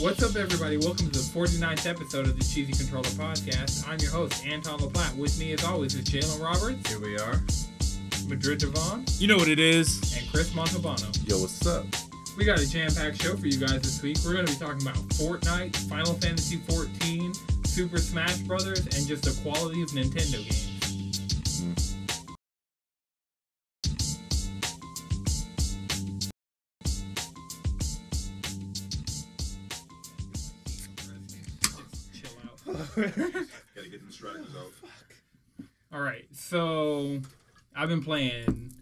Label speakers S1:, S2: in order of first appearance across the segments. S1: What's up, everybody? Welcome to the 49th episode of the Cheesy Controller Podcast. I'm your host, Anton LaPlatte. With me, as always, is Jalen Roberts,
S2: Here we are.
S1: Madrid Devon,
S3: You know what it is.
S1: and Chris Montalbano.
S2: Yo, what's up?
S1: We got a jam-packed show for you guys this week. We're going to be talking about Fortnite, Final Fantasy 14, Super Smash Brothers, and just the quality of Nintendo games. Just chill out.
S4: Gotta get the strikers out.
S1: All right, so I've been playing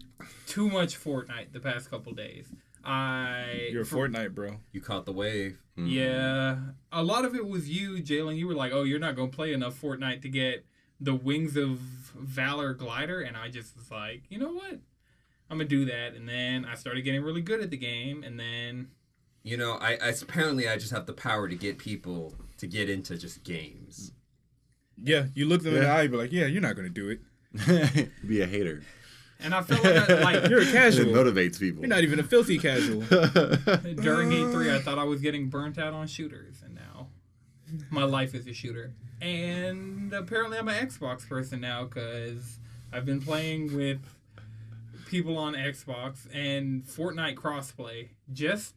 S1: too much Fortnite the past couple days. I
S3: You're a Fortnite bro.
S2: You caught the wave.
S1: Yeah, a lot of it was you, Jalen. You were like, "Oh, you're not gonna play enough Fortnite to get the Wings of Valor glider," and I just was like, "You know what? I'm gonna do that." And then I started getting really good at the game, and then
S2: You know, I, I apparently I just have the power to get people to get into just games.
S3: Yeah, you look them in the
S5: Yeah.
S3: eye, you be like, yeah, you're not gonna do it.
S5: be a hater.
S1: and I felt like, I, like
S3: You're a
S5: And
S3: casual.
S5: it motivates people.
S3: You're not even a filthy casual.
S1: during E3, I thought I was getting burnt out on shooters, and now my life is a shooter. And apparently, I'm an Xbox person now because I've been playing with people on Xbox and Fortnite crossplay. Just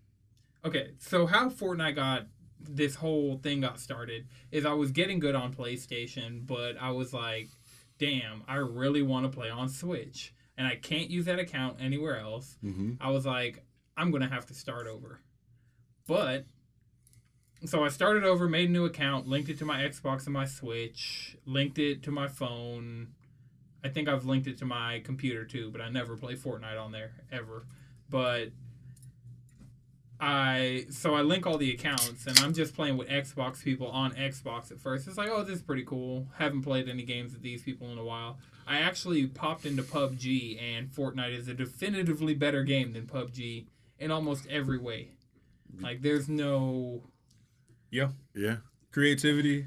S1: okay. So how Fortnite got this whole thing got started is I was getting good on PlayStation, but I was like, damn, I really want to play on Switch. And I can't use that account anywhere else.
S5: Mhm.
S1: I was like, I'm going to have to start over. But, so I started over, made a new account, linked it to my Xbox and my Switch, linked it to my phone. I think I've linked it to my computer too, but I never play Fortnite on there ever. But I so I link all the accounts and I'm just playing with Xbox people on Xbox at first. It's like, oh, this is pretty cool. Haven't played any games with these people in a while. I actually popped into PUBG and Fortnite is a definitively better game than PUBG in almost every way. Like there's no
S5: Yeah.
S3: Creativity,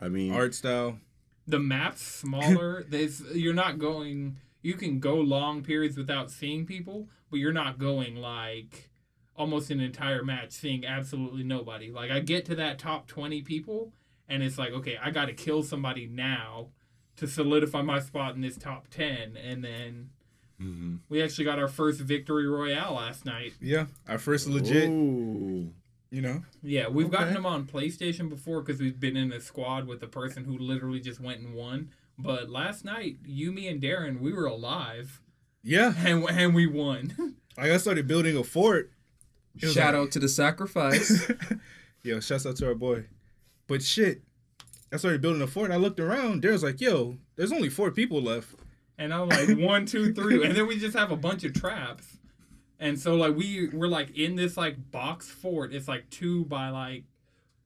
S5: I mean,
S3: art style.
S1: the map's smaller. There's you're not going. You can go long periods without seeing people, but you're not going like almost an entire match seeing absolutely nobody. Like I get to that top twenty people, and it's like okay, I got to kill somebody now to solidify my spot in this top ten, and then. We actually got our first victory royale last night.
S3: Yeah, our first legit.
S5: Ooh.
S3: You know,
S1: Yeah, we've gotten
S5: Okay.
S1: them on PlayStation before because we've been in a squad with the person who literally just went and won. But last night, you, me, and Darren, we were alive
S3: yeah.
S1: and and we won.
S3: Like I started building a fort. It was
S2: Shout
S3: like-
S2: out to the sacrifice.
S3: Yo, shouts out to our boy. But shit, I started building a fort. I looked around. There's like, yo, there's only four people left.
S1: and I'm like one, two, three, and then we just have a bunch of traps. And so like we we're like in this like box fort. It's like two by like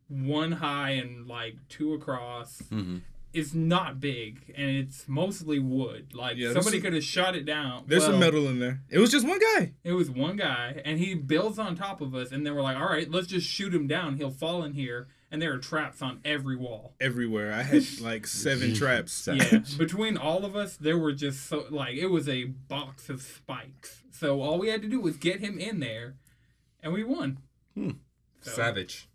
S1: one high and like two across.
S2: Mhm.
S1: It's not big and it's mostly wood. Like
S3: Yeah, there's
S1: somebody
S3: some-
S1: could have shot it down.
S3: There's some
S1: Well,
S3: metal in there. It was just one guy.
S1: It was one guy, and he builds on top of us, and then we're like, all right, let's just shoot him down. He'll fall in here, and there are traps on every wall.
S3: Everywhere. I had like seven traps.
S1: Yeah, between all of us, there were just so like it was a box of spikes. So all we had to do was get him in there, and we won. So,
S2: Savage.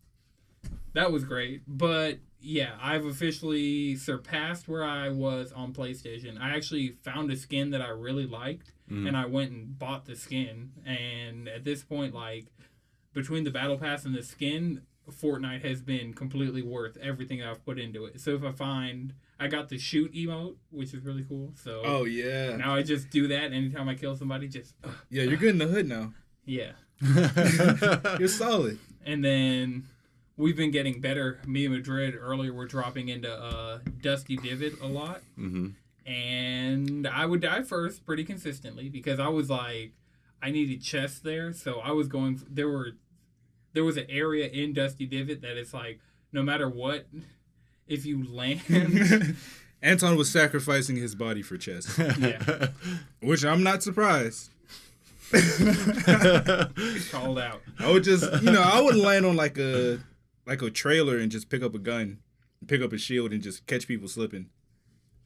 S1: That was great, but yeah, I've officially surpassed where I was on PlayStation. I actually found a skin that I really liked, and I went and bought the skin. And at this point, like between the battle pass and the skin, Fortnite has been completely worth everything I've put into it. So if I find I got the shoot emote, which is really cool. So
S3: Oh yeah.
S1: now I just do that anytime I kill somebody. Just ugh,
S3: Yeah, you're good in the hood now.
S1: yeah.
S3: You're solid.
S1: And then we've been getting better. Me and Madrid earlier were dropping into uh, Dusty Divot a lot.
S5: Mhm.
S1: And I would die first pretty consistently because I was like, I needed chests there. So I was going, there were, there was an area in Dusty Divot that it's like, no matter what, if you land,
S3: Anton was sacrificing his body for chess,
S1: yeah,
S3: which I'm not surprised.
S1: called out.
S3: I would just, you know, I would land on like a like a trailer and just pick up a gun, pick up a shield, and just catch people slipping,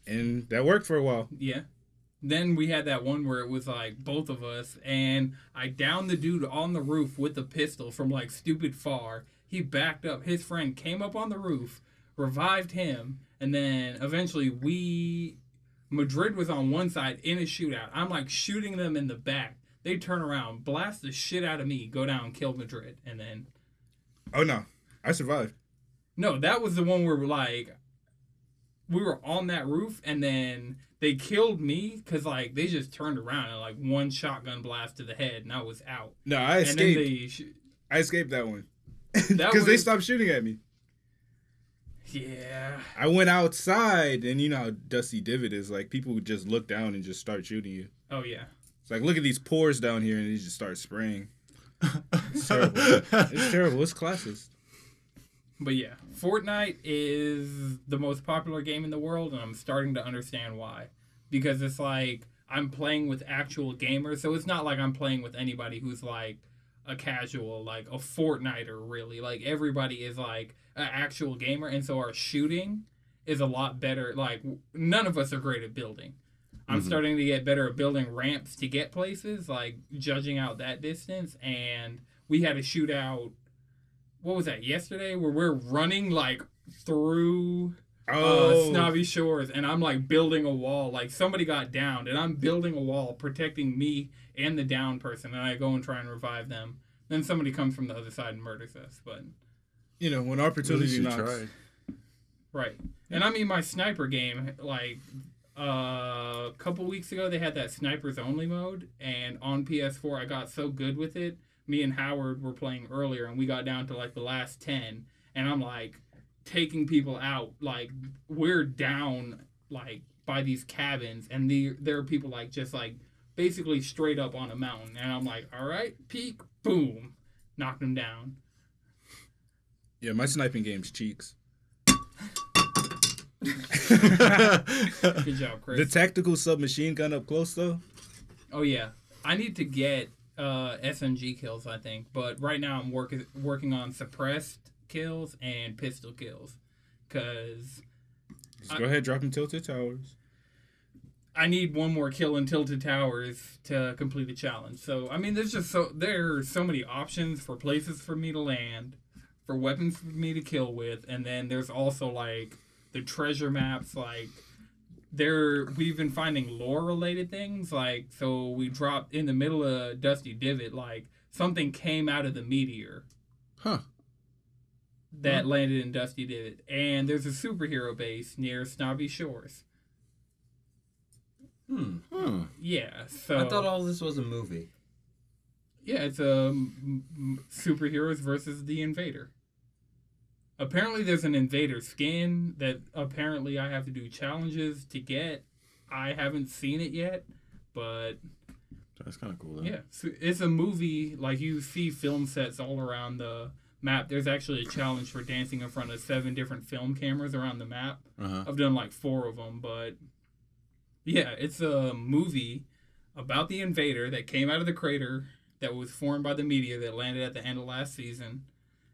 S3: and that worked for a while.
S1: Yeah. Then we had that one where it was like both of us, and I downed the dude on the roof with the pistol from like stupid far. He backed up. His friend came up on the roof, revived him, and then eventually we Madrid was on one side in a shootout. I'm like shooting them in the back. They turn around, blast the shit out of me, go down, kill Madrid, and then
S3: Oh no, I survived.
S1: no, that was the one where like we were on that roof and then they killed me because like they just turned around and like one shotgun blast to the head and I was out.
S3: No, I
S1: And then
S3: escaped.
S1: they sh-
S3: I escaped that one
S1: That
S3: because they
S1: was-
S3: stopped shooting at me.
S1: yeah.
S3: I went outside, and you know how dusty divot is. Like people would just look down and just start shooting you.
S1: Oh yeah.
S3: It's like look at these pores down here, and they just start spraying. It's terrible. it's terrible. It's classes.
S1: But yeah, Fortnite is the most popular game in the world, and I'm starting to understand why. Because it's like I'm playing with actual gamers, so it's not like I'm playing with anybody who's like a casual, like a Fortniter, really. Like everybody is like an actual gamer, and so our shooting is a lot better. Like w- none of us are great at building. I'm starting to get better at building ramps to get places, like judging out that distance. And we had a shootout what was that yesterday where we're running like through uh,
S3: Oh,
S1: snobby shores and i'm like building a wall like somebody got downed and i'm building a wall protecting me and the down person and i go and try and revive them then somebody comes from the other side and murders us but
S3: you know when
S5: Really
S3: opportunity
S5: should
S3: knocks.
S5: try.
S1: right and i mean my sniper game like uh, a couple weeks ago they had that snipers only mode and on ps4 i got so good with it me and howard were playing earlier and we got down to like the last 10 and i'm like taking people out like we're down like by these cabins and the there are people like just like basically straight up on a mountain and i'm like all right peek boom knocked them down
S3: Yeah, my sniping game's cheeks.
S1: good job chris
S3: The tactical submachine gun up close though.
S1: Oh yeah, I need to get uh, SMG kills. I think, but right now I'm working working on suppressed kills and pistol kills, cause
S3: Just go ahead, drop them tilted towers.
S1: I need one more kill in Tilted Towers to complete the challenge. So I mean, there's just so there are so many options for places for me to land, for weapons for me to kill with, and then there's also like the treasure maps. Like there, we've been finding lore related things. Like so, we dropped in the middle of Dusty Divot. Like something came out of the meteor
S5: Huh.
S1: that landed in Dusty Divot, and there's a superhero base near Snobby Shores.
S2: Hmm.
S5: Huh.
S1: Yeah, so
S2: I thought all this was a movie.
S1: Yeah, it's um, m- superheroes versus the invader. Apparently, there's an invader skin that apparently I have to do challenges to get. I haven't seen it yet, but
S5: That's kind of cool. Though.
S1: yeah, so it's a movie. Like you see film sets all around the map. There's actually a challenge for dancing in front of seven different film cameras around the map.
S5: Uh huh.
S1: I've done like four of them, but yeah, it's a movie about the invader that came out of the crater that was formed by the media that landed at the end of last season,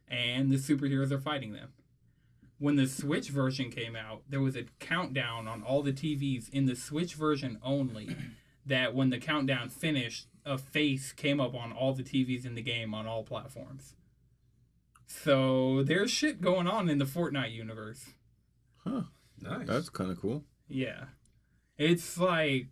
S1: and the superheroes are fighting them. When the Switch version came out, there was a countdown on all the TVs in the Switch version only. That when the countdown finished, a face came up on all the TVs in the game on all platforms. So there's shit going on in the Fortnite universe.
S5: Huh.
S2: Nice.
S5: That's kind of cool.
S1: Yeah. It's like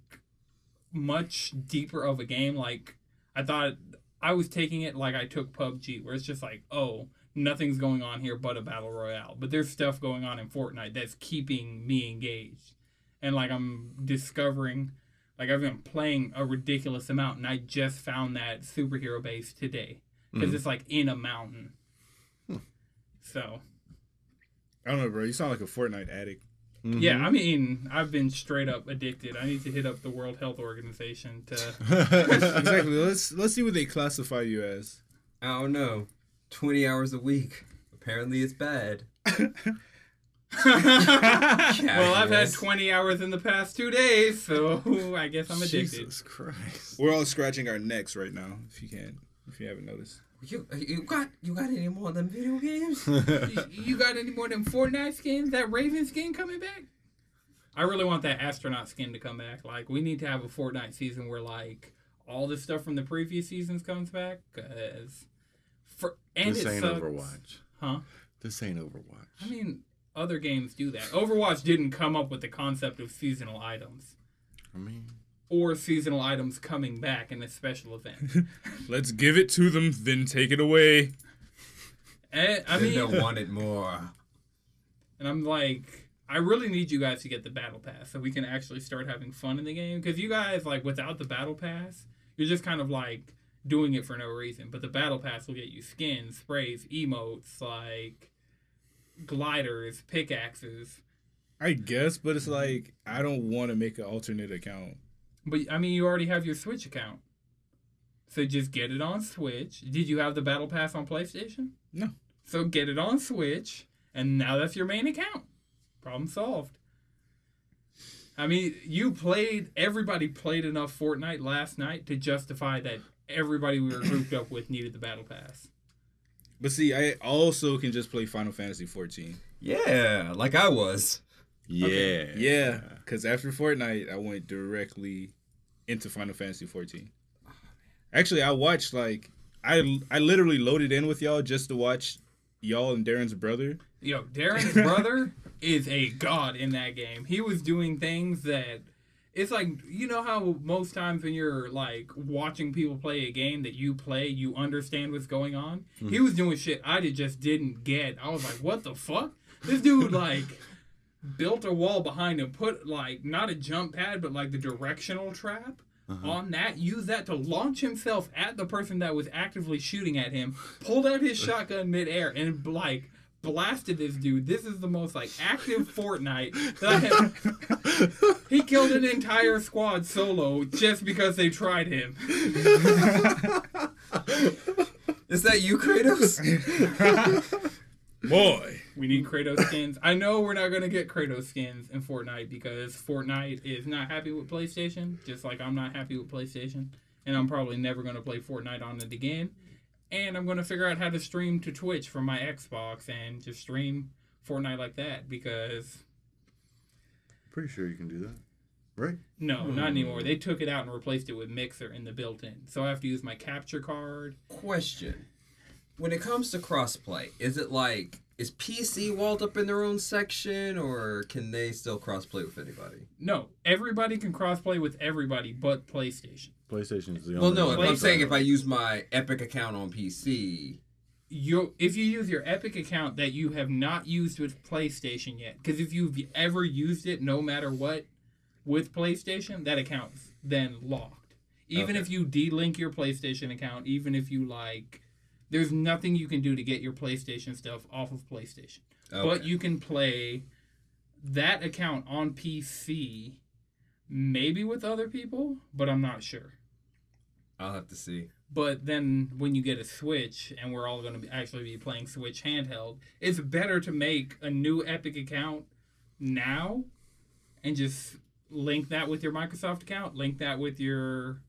S1: much deeper of a game. Like I thought I was taking it like I took PUBG, where it's just like, oh, nothing's going on here but a battle royale. But there's stuff going on in Fortnite that's keeping me engaged. And like I'm discovering like I've been playing a ridiculous amount and I just found that superhero base today. Because it's like in a mountain. So
S3: I don't know, bro. You sound like a Fortnite addict.
S5: Mm-hmm.
S1: yeah, I mean, I've been straight up addicted. I need to hit up the World Health Organization to.
S3: exactly. Let's let's see what they classify you as.
S2: I don't know. 20 hours a week. Apparently it's bad.
S5: Ah,
S1: well, I've had
S2: Casuals.
S1: 20 hours in the past two days, so I guess I'm addicted.
S5: Jesus Christ.
S3: We're all scratching our necks right now. If you can, if you haven't noticed.
S2: You, you got you got any more of them video games?
S1: You, you got any more of them Fortnite skins? That Raven skin coming back? I really want that astronaut skin to come back. Like, we need to have a Fortnite season where like all the stuff from the previous seasons comes back. Cause for and
S5: this
S1: it
S5: ain't
S1: sucks.
S5: Overwatch.
S1: Huh?
S5: This ain't Overwatch.
S1: I mean, other games do that. Overwatch didn't come up with the concept of seasonal items
S5: I mean,
S1: or seasonal items coming back in a special event.
S3: Let's give it to them, then take it away.
S1: and, Eh, I
S2: I mean,
S1: mean,
S2: they'll want it more.
S1: and I'm like, I really need you guys to get the battle pass so we can actually start having fun in the game. Because you guys, like, without the battle pass, you're just kind of like doing it for no reason. But the battle pass will get you skins, sprays, emotes, like gliders, pickaxes.
S3: I guess, but it's like I don't want to make an alternate account.
S1: But I mean, you already have your Switch account, so just get it on Switch. Did you have the Battle Pass on PlayStation?
S3: No.
S1: So get it on Switch, and now that's your main account. Problem solved. I mean, you played. Everybody played enough Fortnite last night to justify that everybody we were grouped up with needed the Battle Pass.
S3: But see, I also can just play Final Fantasy 14.
S2: Yeah, like I was.
S5: yeah.
S3: Yeah, because after Fortnite, I went directly into Final Fantasy 14. Actually, I watched like I I literally loaded in with y'all just to watch y'all and Darren's brother.
S1: Yo, Darren's brother is a god in that game. He was doing things that it's like you know how most times when you're like watching people play a game that you play, you understand what's going on. He was doing shit I did, just didn't get. I was like, what the fuck? This dude like built a wall behind him, put like not a jump pad, but like the directional trap. On that, used that to launch himself at the person that was actively shooting at him. Pulled out his shotgun midair and like blasted this dude. This is the most like active Fortnite that I have. He killed an entire squad solo just because they tried him.
S2: Is that you, Kratos?
S3: Boy,
S1: We need Kratos skins. I know we're not gonna get Kratos skins in Fortnite because Fortnite is not happy with PlayStation, just like I'm not happy with PlayStation, and I'm probably never gonna play Fortnite on it again. And I'm gonna figure out how to stream to Twitch from my Xbox and just stream Fortnite like that because
S5: Pretty sure you can do that, right?
S1: No, not anymore. They took it out and replaced it with Mixer in the built-in. So I have to use my capture card.
S2: Question: When it comes to crossplay, is it like is PC walled up in their own section, or can they still crossplay with anybody?
S1: No, everybody can cross-play with everybody but PlayStation.
S5: PlayStation is the
S2: Well,
S5: only.
S2: no. If I'm
S1: Play-
S2: saying if I use my Epic account on PC,
S1: You, if you use your Epic account that you have not used with PlayStation yet, because if you've ever used it, no matter what, with PlayStation, that account's then locked. Even
S2: Okay.
S1: if you de-link your PlayStation account, even if you like, there's nothing you can do to get your PlayStation stuff off of PlayStation. but
S2: Okay.
S1: you can play that account on PC, maybe with other people, but I'm not sure.
S2: I'll have to see.
S1: But then when you get a Switch, and we're all going to be actually be playing Switch handheld, it's better to make a new Epic account now and just link that with your Microsoft account, link that with your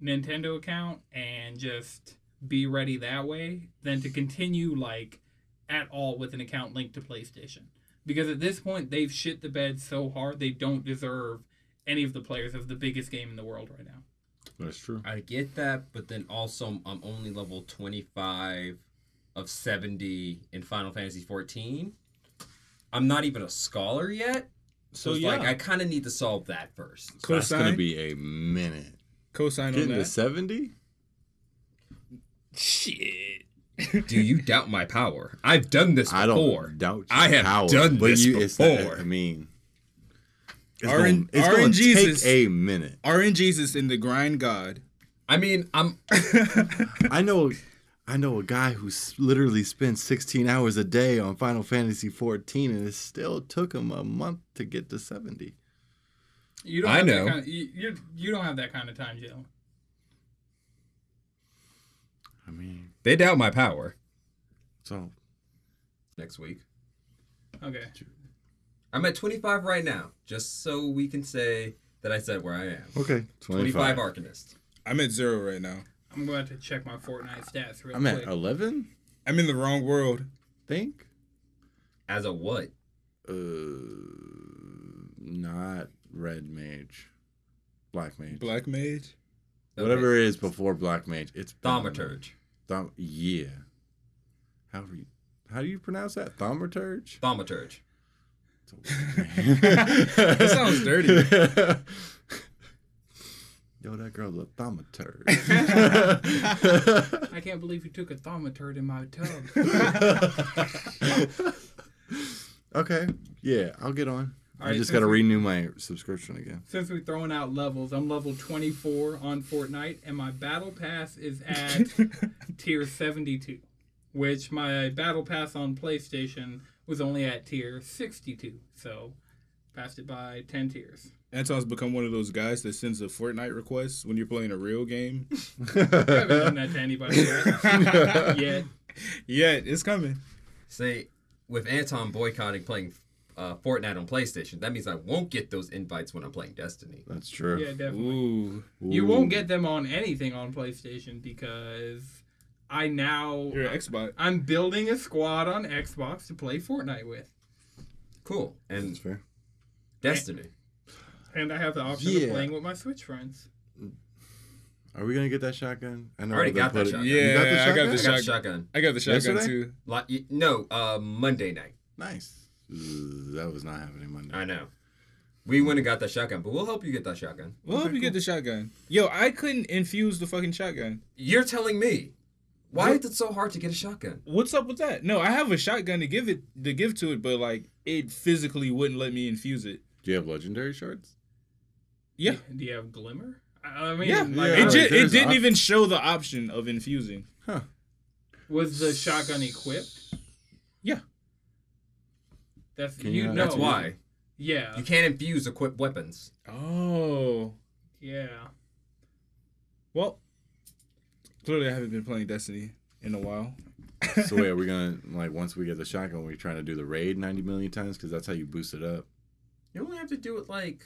S1: Nintendo account, and just be ready that way than to continue like at all with an account linked to PlayStation. Because at this point, they've shit the bed so hard they don't deserve any of the players of the biggest game in the world right now.
S5: That's true.
S2: I get that, but then also I'm only level 25 of 70 in Final Fantasy 14. I'm not even a scholar yet, so,
S3: So,
S2: it's like
S3: yeah.
S2: I kind of need to solve that first.
S5: That's gonna
S3: Cosine?
S5: be a minute.
S3: cosign on
S5: Getting to
S3: that.
S5: seventy.
S3: Shit.
S2: Do you doubt my power? I've done this
S5: I don't
S2: before.
S5: doubt. your
S2: I have
S5: power,
S2: done
S5: but
S2: this
S5: it's not-
S2: before.
S5: I mean, it's
S3: RN
S5: gonna, it's gonna
S3: Jesus.
S5: take a minute.
S3: RNG's is in the grind god.
S2: I mean, I'm
S5: I know, I know a guy who s- literally spends 16 hours a day on Final Fantasy 14, and it still took him a month to get to 70.
S1: You don't
S2: I
S1: have
S2: know.
S1: That kind of, you, you you don't have that kind of time, Joe.
S5: I mean,
S2: they doubt my power.
S5: so
S2: Next week.
S1: Okay.
S2: I'm at 25 right now, just so we can say that I said where I am.
S5: okay,
S2: 25 Arcanist.
S3: I'm at zero right now.
S1: I'm going to check my Fortnite stats real
S5: I'm at
S1: quick.
S5: 11,
S3: I'm in the wrong world.
S5: think.
S2: As a what?
S5: Uh, not red mage, black mage,
S3: Black mage.
S5: whatever it is before black mage. It's
S2: Thaumaturge.
S5: Thom- yeah. However you How do you pronounce that? Thaumaturge?
S2: Thaumaturge.
S5: that
S3: sounds dirty.
S5: Yo, that girl's a thaumaturge.
S1: I can't believe you took a thaumaturge in my tub.
S5: okay. Yeah, I'll get on. I
S1: right,
S5: just got to
S1: since we-
S5: renew my subscription again.
S1: Since we're throwing out levels, I'm level 24 on Fortnite, and my battle pass is at tier 72, which my battle pass on PlayStation was only at tier 62. So, passed it by 10 tiers.
S3: Anton's become one of those guys that sends a Fortnite request when you're playing a real game.
S1: I haven't done that to anybody yet. yet.
S3: Yeah, it's coming.
S2: Say, with Anton boycotting playing uh, Fortnite on PlayStation, that means I won't get those invites when I'm playing Destiny.
S5: That's true.
S1: Yeah, definitely.
S3: Ooh.
S1: You
S5: Ooh.
S1: won't get them on anything on PlayStation because I now
S3: You're an Xbox.
S1: I'm building a squad on Xbox to play Fortnite with,
S2: Cool.
S5: That's
S2: And
S5: fair.
S2: Destiny.
S1: and I have the option
S5: Yeah.
S1: of playing with my Switch friends.
S5: Are we gonna get that shotgun? I know
S2: Already
S5: they
S2: got that
S5: put it-
S2: shotgun.
S5: You
S3: Yeah, I got
S2: I
S3: the
S2: got
S3: shotgun.
S2: shotgun.
S3: I got the shotgun
S5: Yesterday?
S3: too.
S2: Li- y- No, uh, Monday night.
S5: Nice. Ugh, That was not happening Monday.
S2: I know. We went and got that shotgun, but we'll help you get that shotgun.
S3: Well, if you get the shotgun. Yo, I couldn't infuse the fucking shotgun.
S2: You're telling me. Why is it so hard to get a shotgun?
S3: What's up with that? No, I have a shotgun to give it to give to it, but like it physically wouldn't let me infuse it.
S5: Do you have legendary shards?
S3: Yeah.
S1: Do you have Glimmer? I I mean,
S3: Yeah.
S1: like,
S5: Yeah.
S3: it
S1: was,
S3: ju- it
S5: there's
S3: didn't
S5: op-
S3: even show the option of infusing.
S1: was the shotgun equipped?
S3: Yeah.
S1: That's
S5: Can
S1: you
S5: you-
S1: know.
S2: That's why.
S1: Yeah,
S2: You can't infuse equipped weapons.
S3: Oh.
S1: yeah.
S3: Well, clearly I haven't been playing Destiny in a while.
S5: so wait, are we gonna like once we get the shotgun, we're trying to do the raid ninety million times because that's how you boost it up.
S2: You only have to do it like.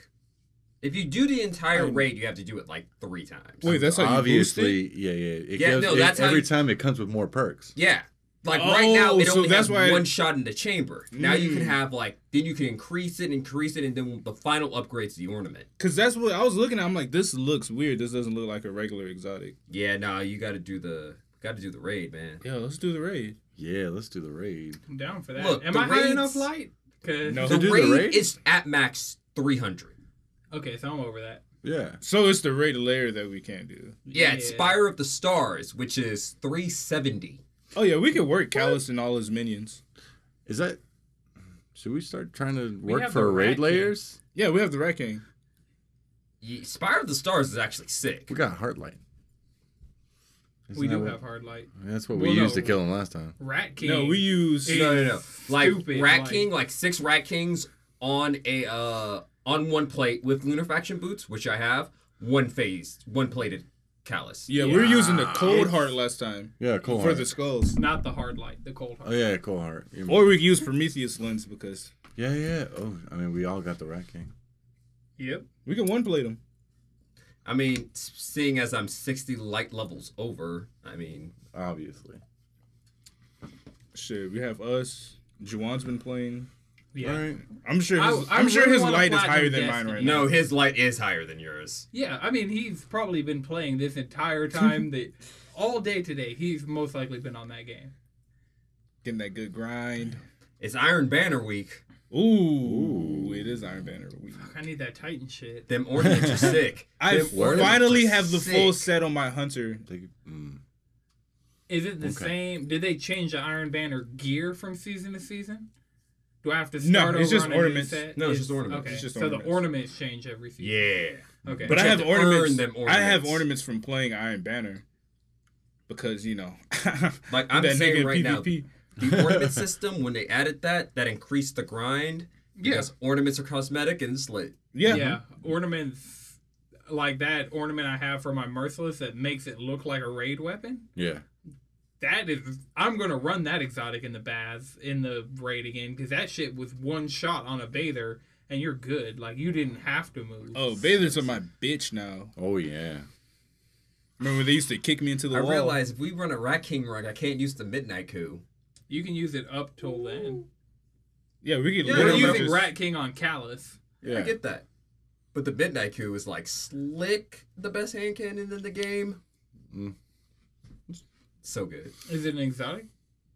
S2: If you do the entire
S3: I'm-
S2: raid, you have to do it like three times.
S3: Wait, that's how
S5: Obviously,
S3: you boost
S5: yeah, yeah. It
S2: Yeah,
S5: gives,
S2: no,
S5: it-
S2: that's how
S5: every
S2: you-
S5: time it comes with more perks.
S2: Yeah. Like right now,
S3: Oh,
S2: it
S3: so
S2: only
S3: that's
S2: has
S3: why-
S2: one shot in the chamber. Now you can
S3: Mm.
S2: have like then you can increase it, increase it, and then the final upgrade's the ornament.
S3: Because that's what I was looking at. I'm like, this looks weird. This doesn't look like a regular exotic.
S2: Yeah, nah, you got to do the got to do the raid, man.
S3: Yo, let's do the raid.
S5: Yeah, let's do the raid.
S1: I'm down for that.
S2: Look,
S1: Am
S2: the
S1: I high
S2: raids-
S1: enough light? 'Cause-
S3: No.
S2: The
S5: do the
S2: raid,
S5: raid?
S2: is at max three hundred.
S1: Okay, so I'm over that.
S5: Yeah,
S3: So it's the raid layer that we can't do.
S2: Yeah, it's Spire of the Stars, which is three seventy.
S3: Oh yeah, we could work Callus and all his minions.
S5: is that? Should we start trying to
S1: We
S5: work
S1: have
S5: for
S1: the
S5: raid
S1: rat king.
S5: layers?
S3: Yeah, we have the Rat King.
S2: Spire of the Stars is actually sick.
S5: We got Heartlight. Isn't
S1: We
S5: that
S1: do
S5: what-
S1: have hard light.
S5: That's what we
S1: Well,
S5: used
S1: no.
S5: to kill him last time.
S1: Rat King.
S3: No, we use.
S1: Hey.
S2: No, no, no. Like
S1: Stupid,
S2: Rat
S1: like-
S2: King, like six Rat Kings on a uh on one plate with Lunar Faction boots, which I have. One phased, one plated callus.
S3: Yeah, we were using the
S1: Yeah.
S3: Cold Heart last time
S5: Yeah, Cold
S3: for
S5: Heart.
S3: the skulls.
S1: Not the hard light, the cold
S5: oh
S1: hard.
S5: yeah, Cold Heart. You-
S3: Or we could use Prometheus lens because
S5: yeah, yeah. Oh, I mean, we all got the Rat King.
S1: Yep.
S3: we can one plate them.
S2: I mean, s- seeing as I'm 60 light levels over, I mean,
S5: Obviously.
S3: Shit, we have us. Juwan's been playing.
S1: Yeah.
S5: All right.
S3: I'm sure.
S1: I-
S3: His,
S1: I
S3: I, am sure
S1: really
S3: his
S1: wanna
S3: light is
S1: platinum
S3: higher than
S1: Destiny.
S3: mine right now.
S2: no, his light is higher than yours.
S1: Yeah, I mean, he's probably been playing this entire time. That all day today, he's most likely been on that game.
S3: Getting that good grind.
S2: It's Iron Banner week.
S3: Ooh, it is Iron Banner. We-
S1: I need that Titan shit.
S2: Them ornaments are sick.
S3: I
S2: Them ornaments
S3: finally
S2: are
S3: have the full
S2: sick.
S3: set on my hunter.
S5: Take, mm.
S1: Is it the
S5: Okay.
S1: same? Did they change the Iron Banner gear from season to season? Do I have to
S3: No,
S1: start
S3: it's
S1: over
S3: just
S1: on a new
S3: ornaments.
S1: set?
S2: No, it's just ornaments.
S1: Okay,
S3: It's just
S1: so
S3: ornaments.
S1: the ornaments change every season.
S2: Yeah.
S1: Okay.
S3: But I
S2: you
S3: have
S2: have to earn
S3: ornaments.
S2: them
S3: I have
S2: ornaments.
S3: ornaments from playing Iron Banner because you know.
S2: Like, I'm
S3: that
S2: saying
S3: nigga
S2: right now,
S3: PvP.
S2: The ornament system, when they added that, that increased the grind.
S1: Yeah.
S2: Because ornaments are cosmetic and it's lit.
S3: Yeah.
S1: yeah, ornaments like that ornament I have for my merciless that makes it look like a raid weapon.
S5: Yeah.
S1: That is, I'm gonna run that exotic in the baths in the raid again because that shit was one shot on a bather and you're good. Like you didn't have to move.
S3: Oh, Baylor's are my bitch now.
S5: Oh yeah.
S3: Remember when they used to kick me into the
S2: I
S3: wall?
S2: realize if we run a Rat King rug, I can't use the Midnight Coup.
S1: you can use it up till then.
S3: yeah, we could.
S1: Yeah,
S2: we're
S1: we're
S3: literally
S1: using
S3: just-
S1: Rat King on Callus.
S2: I
S5: Yeah.
S2: get that. But the Midnight Coup is like slick, the best hand cannon in the game.
S5: Mm.
S2: So good.
S1: Is it an exotic?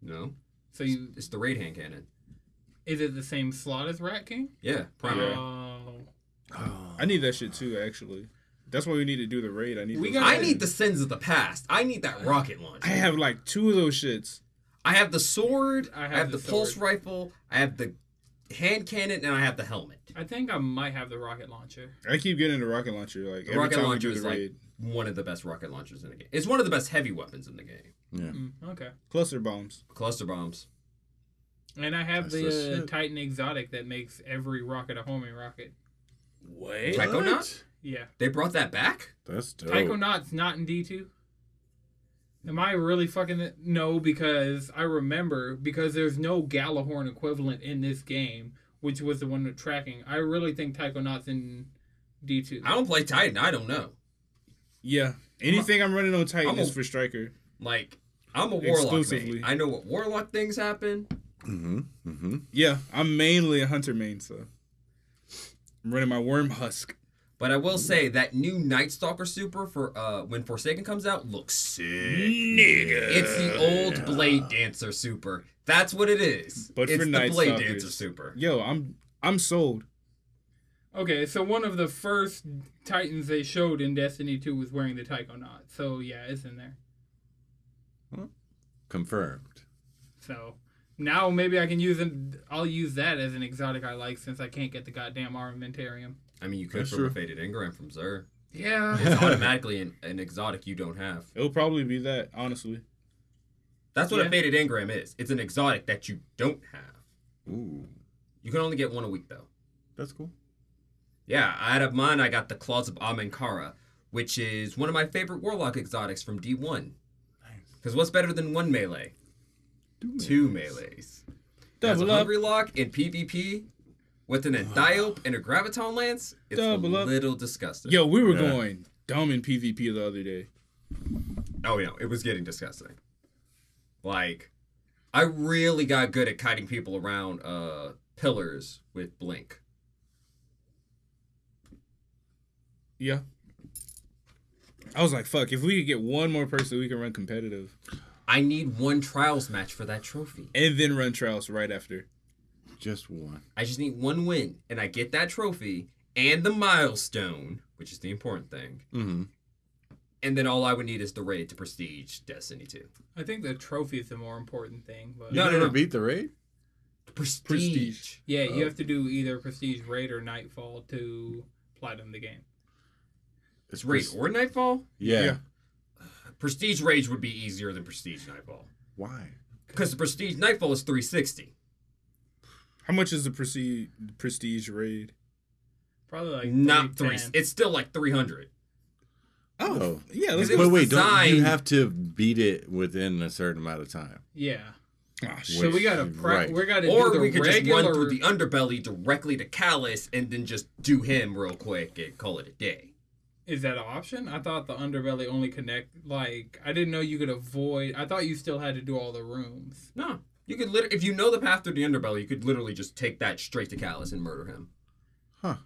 S2: No.
S1: So you
S2: It's the raid hand cannon.
S1: is it the same slot as Rat King?
S2: Yeah, primary.
S1: Oh.
S5: Oh.
S3: I need that shit too. Actually, that's why we need to do the raid. I need.
S1: We
S3: those-
S1: got-
S2: I need the sins of the past. I need that rocket
S3: I
S2: launcher.
S3: have like two of those shits.
S2: I have the sword.
S1: I
S2: I
S1: have
S2: have,
S1: the
S2: the,
S1: sword.
S2: pulse rifle. I have the hand cannon, and I have the helmet.
S1: I think I might have the rocket launcher.
S3: I keep getting the rocket launcher. Like
S2: The
S3: every
S2: rocket
S3: time
S2: launcher
S3: we do
S2: is
S3: the
S2: like
S3: raid,
S2: one of the best rocket launchers in the game. It's one of the best heavy weapons in the game.
S1: Mm, okay.
S3: cluster bombs.
S2: Cluster bombs.
S1: And I have
S5: That's the
S1: the uh,
S5: shit.
S1: Titan exotic that makes every rocket a homing rocket.
S5: Wait.
S2: Psychonaut?
S1: Yeah.
S2: They brought that back.
S5: That's
S2: Oh.
S5: dope.
S1: Tychonauts not in D two. Am I really fucking it? no? Because I remember because there's no Galahorn equivalent in this game, which was the one with tracking. I really think Tychonauts in D two.
S2: I don't play Titan. I don't know.
S3: Yeah. Anything I'm running on Titan
S2: I'm a-
S3: is for striker.
S2: Like I'm a warlock
S3: Exclusively.
S2: main. I know what warlock things happen.
S5: Mm-hmm. Mm-hmm.
S3: Yeah, I'm mainly a hunter main, so I'm running my worm husk.
S2: But I will say that new Night Stalker super for uh when Forsaken comes out looks sick.
S3: Nigga.
S2: It's the old Blade Dancer super. That's what it is.
S3: But
S2: it's
S3: for
S2: the
S3: Night
S2: Blade
S3: Stalkers.
S2: Dancer super.
S3: Yo, I'm I'm sold.
S1: Okay, so one of the first Titans they showed in Destiny two was wearing the Tychonaut. So yeah, it's in there.
S5: Confirmed.
S1: So now maybe I can use them. I'll use that as an exotic I like since I can't get the goddamn armamentarium.
S2: I mean, you could
S5: That's
S2: from
S5: true.
S2: a faded Ingram from Xur.
S1: Yeah.
S2: It's automatically an, an exotic you don't have.
S3: It'll probably be that, honestly.
S2: That's what
S1: Yeah.
S2: a faded Ingram is. It's an exotic that you don't have.
S5: Ooh.
S2: You can only get one a week though.
S5: That's cool.
S2: Yeah, out of mine, I got the Claws of Amenkara, which is one of my favorite Warlock exotics from D1. Because what's better than one melee? Two melees. That's a
S3: Double up.
S2: Hungry Lock in PvP with an Enthiope and a Graviton Lance. It's
S3: Double
S2: a
S3: up.
S2: little disgusting.
S3: Yo, we were
S5: Yeah.
S3: going dumb in PvP the other day.
S2: Oh, no, it was getting disgusting. Like, I really got good at kiting people around uh, pillars with Blink.
S3: Yeah. I was like, fuck, if we could get one more person, we can run competitive.
S2: I need one Trials match for that trophy.
S3: And then run trials right after.
S5: Just one.
S2: I just need one win, and I get that trophy and the milestone, which is the important thing.
S5: Mm-hmm.
S2: And then all I would need is the raid to prestige Destiny 2.
S1: I think the trophy is the more important thing, but
S2: No,
S5: you
S2: no,
S5: never
S2: no.
S5: beat the raid?
S2: Prestige.
S3: Prestige.
S1: yeah, you
S2: Uh,
S1: have to do either Prestige Raid or Nightfall to platinum the game.
S2: It's raid
S5: pres-
S2: or Nightfall?
S5: Yeah.
S3: Yeah.
S2: Prestige Rage would be easier than Prestige Nightfall.
S5: Why?
S2: Because the Prestige Nightfall is 360.
S3: How much is the prestige, prestige raid?
S1: Probably like
S2: not 3.
S1: 310.
S2: It's still like 300.
S5: Oh.
S3: Yeah, let's
S2: Is it-
S3: go.
S5: But
S2: was
S5: wait, don't you
S2: designed-
S5: have to beat it within a certain amount of time?
S1: Yeah.
S3: Ah, shit.
S1: So we gotta
S5: Which-
S1: prep.
S5: right.
S1: We gotta
S2: Or
S1: do the
S2: we could
S1: regular.
S2: just run through the underbelly directly to Callus and then just do him real quick and call it a day.
S1: Is that an option? I thought the underbelly only connect. Like I didn't know you could avoid. I thought you still had to do all the rooms.
S2: No. You could literally, if you know the path through the underbelly, you could literally just take that straight to Callus and murder him.
S5: Huh.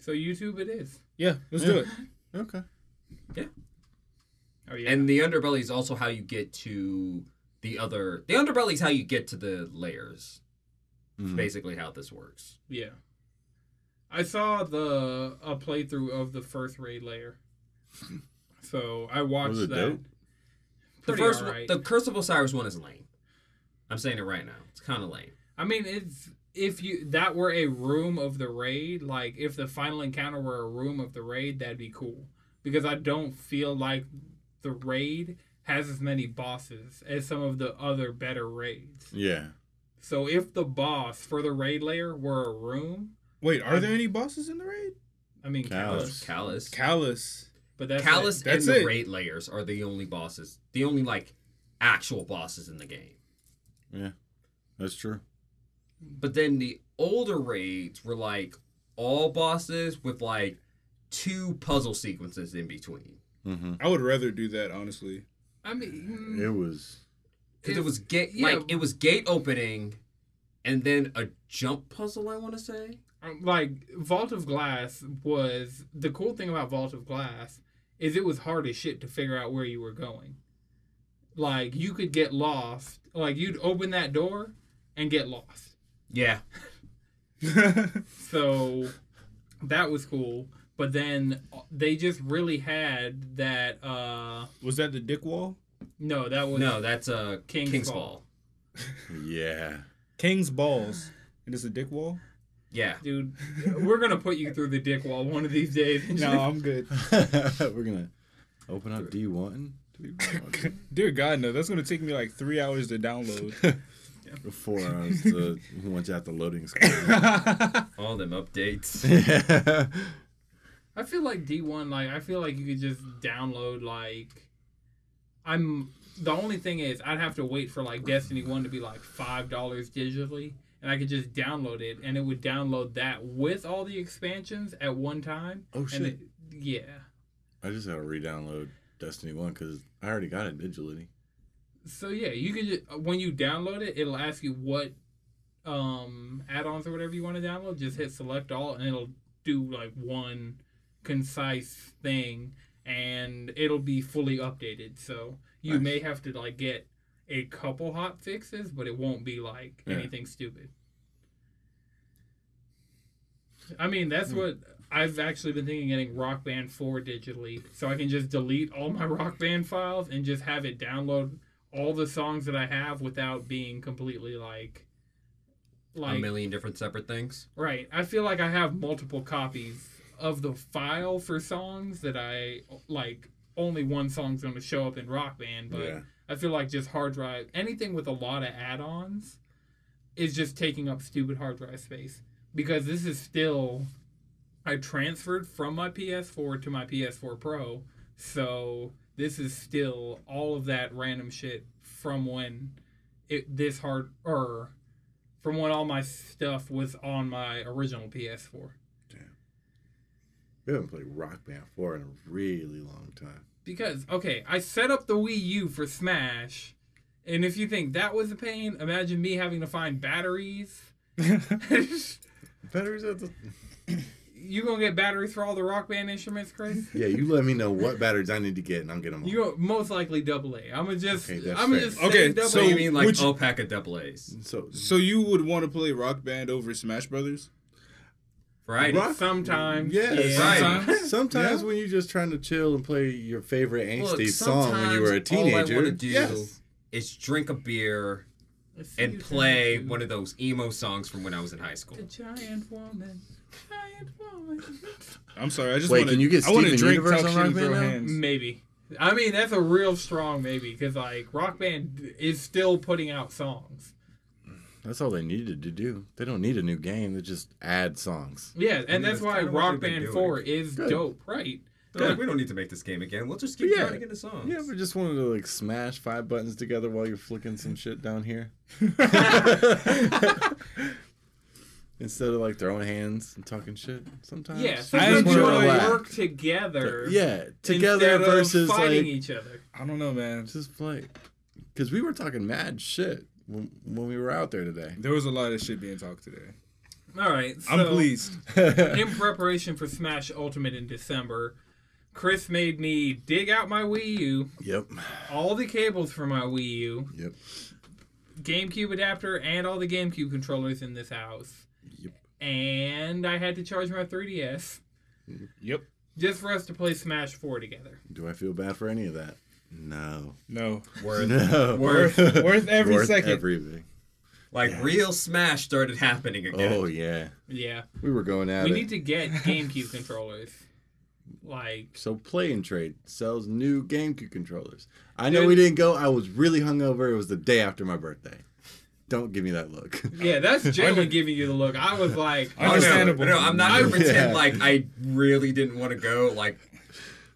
S1: So YouTube it is.
S3: Yeah, let's do it.
S5: Okay.
S1: Oh yeah.
S2: And the underbelly is also how you get to the other. The underbelly is how you get to the layers. It's
S5: Mhm.
S2: Basically, how this works.
S1: yeah. I saw the a playthrough of the first raid layer. So I watched
S5: Was it
S1: that.
S5: dope?
S2: The
S1: Pretty
S2: first,
S1: alright.
S2: one, the Curse of Osiris one is lame. I'm saying it right now. It's kind of lame.
S1: I mean, it's if you that were a room of the raid, like if the final encounter were a room of the raid, that'd be cool. Because I don't feel like the raid has as many bosses as some of the other better raids.
S5: Yeah.
S1: So if the boss for the raid layer were a room,
S3: Wait, are there any bosses in the raid?
S1: I mean Oh, Callus,
S5: Callus.
S2: Callus,
S3: Callus.
S1: but that's
S2: Callus, and
S3: That's
S2: the
S3: it.
S2: raid layers are the only bosses. The only like actual bosses in the game.
S5: That's true.
S2: But then the older raids were like all bosses with like two puzzle sequences in between.
S5: Mm-hmm.
S3: I would rather do that, honestly.
S1: I
S2: Mm.
S1: mean, mm,
S5: It was.
S2: because
S1: If-
S2: it was gate
S1: yeah.
S2: like it was gate opening, and then a jump puzzle. I want to say
S1: Um, like Vault of Glass was the cool thing about Vault of Glass is it was hard as shit to figure out where you were going. like you could get lost. Like you'd open that door and get lost.
S2: Yeah.
S1: So that was cool. But then uh, they just really had that. uh
S3: was that the dick wall?
S1: No, that was
S2: No, that's uh,
S1: King's
S2: King's,
S1: Fall.
S2: Fall.
S5: Yeah.
S3: King's balls. And it's a dick wall?
S2: Yeah.
S1: dude. We're gonna put you through the dick wall one of these days.
S3: No, I'm good.
S5: We're gonna open up D one.
S3: Dear God, no. That's gonna take me like three hours to download.
S5: Four hours to once you have the loading screen.
S2: All them updates.
S5: yeah.
S1: I feel like D one. Like I feel like you could just download. Like I'm. The only thing is, I'd have to wait for like Destiny one to be like five dollars digitally, and I could just download it, and it would download that with all the expansions at one time.
S5: Oh shit!
S1: And it, yeah.
S5: I just gotta re-download Destiny One because I already got it digitally.
S1: So yeah, you can just, when you download it, it'll ask you what um add-ons or whatever you want to download. Just hit select all, and it'll do like one concise thing, and it'll be fully updated. So you
S5: Nice.
S1: may have to like get a couple hot fixes, but it won't be like
S5: Yeah.
S1: anything stupid. I mean, that's
S5: Hmm.
S1: what I've actually been thinking of getting Rock Band 4 digitally so I can just delete all my Rock Band files and just have it download all the songs that I have without being completely like
S2: A
S1: like
S2: million different separate things.
S1: right. I feel like I have multiple copies of the file for songs that I like only one song's going to show up in Rock Band, but
S5: Yeah.
S1: I feel like just hard drive anything with a lot of add-ons is just taking up stupid hard drive space because this is still I transferred from my PS4 to my PS4 Pro, so this is still all of that random shit from when it this hard er, or from when all my stuff was on my original PS4
S5: We haven't played Rock Band Four in a really long time.
S1: because okay, I set up the Wii U for Smash, and if you think that was a pain, imagine me having to find batteries.
S5: Batteries at the
S1: you gonna get batteries for all the rock band instruments, Chris?
S5: yeah. You let me know what batteries I need to get, and I'm getting them.
S1: You go most likely double A. I'm gonna just
S5: Okay, that's
S1: I'm gonna
S5: fair.
S1: just
S3: Okay,
S1: say double
S2: So
S3: So,
S2: you mean like
S3: would you-
S2: all pack of double A's?
S5: so
S3: so you would want to play Rock Band over Smash Brothers?
S2: Friday.
S5: Rock-
S1: sometimes.
S5: Yeah,
S2: Right.
S5: sometimes, sometimes
S3: Yeah.
S5: when you're just trying to chill and play your favorite
S2: Look,
S5: angsty song when
S2: sometimes
S5: you were a
S2: All I
S5: teenager.
S2: want to do
S5: yes.
S2: is drink a beer
S1: Let's see
S2: and
S1: you
S2: play
S1: turn
S2: one of those emo songs from when I was in high school.
S1: into a giant woman. Giant woman.
S3: I'm sorry, I just
S5: Wait,
S3: want to.
S5: can you get
S3: I want to
S5: Steven
S3: drink,
S5: Universe
S3: talk
S5: on
S3: shit, and
S5: Rock Band
S3: throw
S5: now? Mm.
S3: hands.
S1: Maybe. I mean, that's a real strong maybe because like Rock Band is still putting out songs.
S5: That's all they needed to do. They don't need a new game. They just add songs.
S1: Yeah, and that's
S2: that's
S1: why
S2: kinda what
S1: Rock
S2: we've been
S1: Band
S2: doing.
S1: Four is
S5: Good.
S1: dope, right?
S2: They're like, we don't need to make this game again. We'll just keep
S5: Yeah.
S2: trying to get the songs.
S5: You ever just wanted to like smash five buttons together while you're flicking some shit down here? Instead of like throwing hands and talking shit sometimes.
S1: Yeah, I
S5: You Uh, just wanna
S1: enjoy
S5: relax.
S1: work together.
S5: Yeah, together
S1: instead of
S5: versus
S1: fighting
S5: like
S1: each other.
S3: I don't know, man.
S5: just play. Because we were talking mad shit when, when we were out there today.
S3: There was a lot of shit being talked today.
S1: All right, so
S3: I'm pleased.
S1: in preparation for Smash Ultimate in December, Chris made me dig out my Wii U,
S5: yep.
S1: all the cables for my Wii U,
S5: Yep.
S1: GameCube adapter, and all the GameCube controllers in this house.
S5: Yep.
S1: And I had to charge my 3DS
S3: Yep.
S1: just for us to play Smash 4 together.
S5: Do I feel bad for any of that? No.
S3: No.
S2: Where,
S5: No.
S2: Worth-
S3: worth every second.
S5: Everything.
S2: like real smash started happening again.
S5: Oh yeah.
S1: Yeah.
S5: We were going at
S1: We
S5: it.
S1: need to get GameCube controllers. Like,
S5: so Play and Trade sells new GameCube controllers. I know we didn't go. I was really hungover. It was the day after my birthday. Don't give me that look.
S1: yeah, that's Jalen giving you the look. I was like,
S2: I know,
S3: Understandable.
S2: I know, I'm not gonna
S5: Yeah.
S2: pretend like I really didn't want to go, like,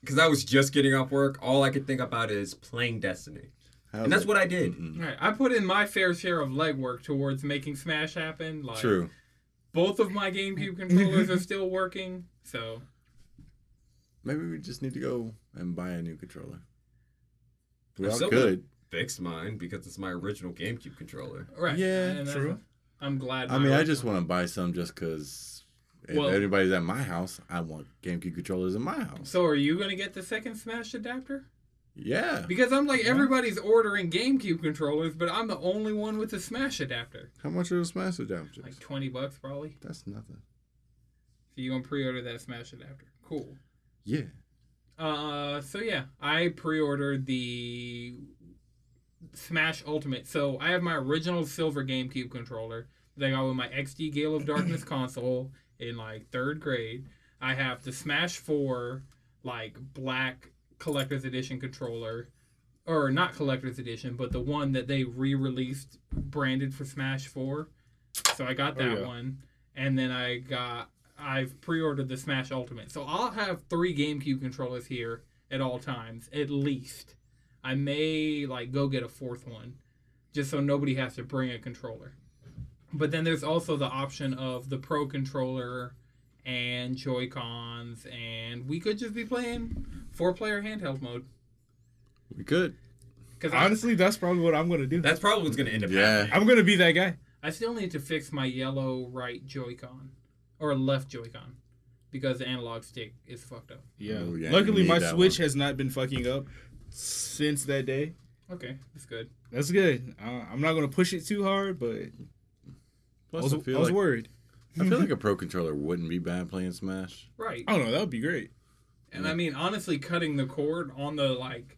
S2: because I was just getting off work. All I could think about is playing Destiny, and that's what I did.
S1: Right, I put in my fair share of legwork towards making Smash happen. Like,
S5: True.
S1: Both of my GameCube controllers are still working, so
S5: Maybe we just need to go and buy a new controller. We
S2: I'm
S5: all
S2: so-
S5: could.
S2: Fixed mine because it's my original GameCube controller.
S1: right.
S5: Yeah,
S1: and that's-
S3: true.
S1: I'm glad.
S5: I
S1: my
S5: mean, I
S1: original-
S5: just want to buy some just because if
S1: Well-
S5: anybody's at my house, I want GameCube controllers in my house.
S1: So, are you gonna get the second Smash adapter?
S5: Yeah.
S1: Because I'm like everybody's ordering GameCube controllers, but I'm the only one with the Smash adapter.
S5: How much are the Smash adapters?
S1: Like twenty bucks probably.
S5: That's nothing.
S1: So you gonna pre-order that Smash adapter? Cool.
S5: Yeah.
S1: Uh, so yeah, I pre-ordered the Smash Ultimate. So I have my original silver GameCube controller that I got with my XD Gale of Darkness console in like third grade. I have the Smash Four like black collector's edition controller, or not collector's edition, but the one that they re-released branded for Smash Four. So I got
S3: Oh,
S1: that
S3: yeah.
S1: one, and then I got I've pre-ordered the Smash Ultimate, so I'll have three GameCube controllers here at all times, at least. I may like go get a fourth one, just so nobody has to bring a controller. But then there's also the option of the Pro controller and Joy Cons, and we could just be playing four-player handheld mode.
S5: We could.
S1: Because I,
S3: Honestly, that's probably what I'm gonna do.
S2: That's probably what's gonna end up.
S5: Yeah.
S2: happening.
S3: I'm gonna be that guy.
S1: I still need to fix my yellow right Joy-Con or left Joy-Con because the analog stick is fucked up.
S3: Yeah.
S5: Oh, yeah,
S3: Luckily,
S5: you need
S3: my
S5: that
S3: Switch has not been fucking up since that day.
S1: Okay, that's good.
S3: That's good. Uh, I'm not gonna push it too hard, but I
S5: Plus,
S3: was,
S5: I, feel
S3: I was
S5: like,
S3: worried.
S5: I feel like a pro controller wouldn't be bad playing Smash.
S1: Right.
S3: I don't know. That would be great.
S1: And I mean, honestly, cutting the cord on the like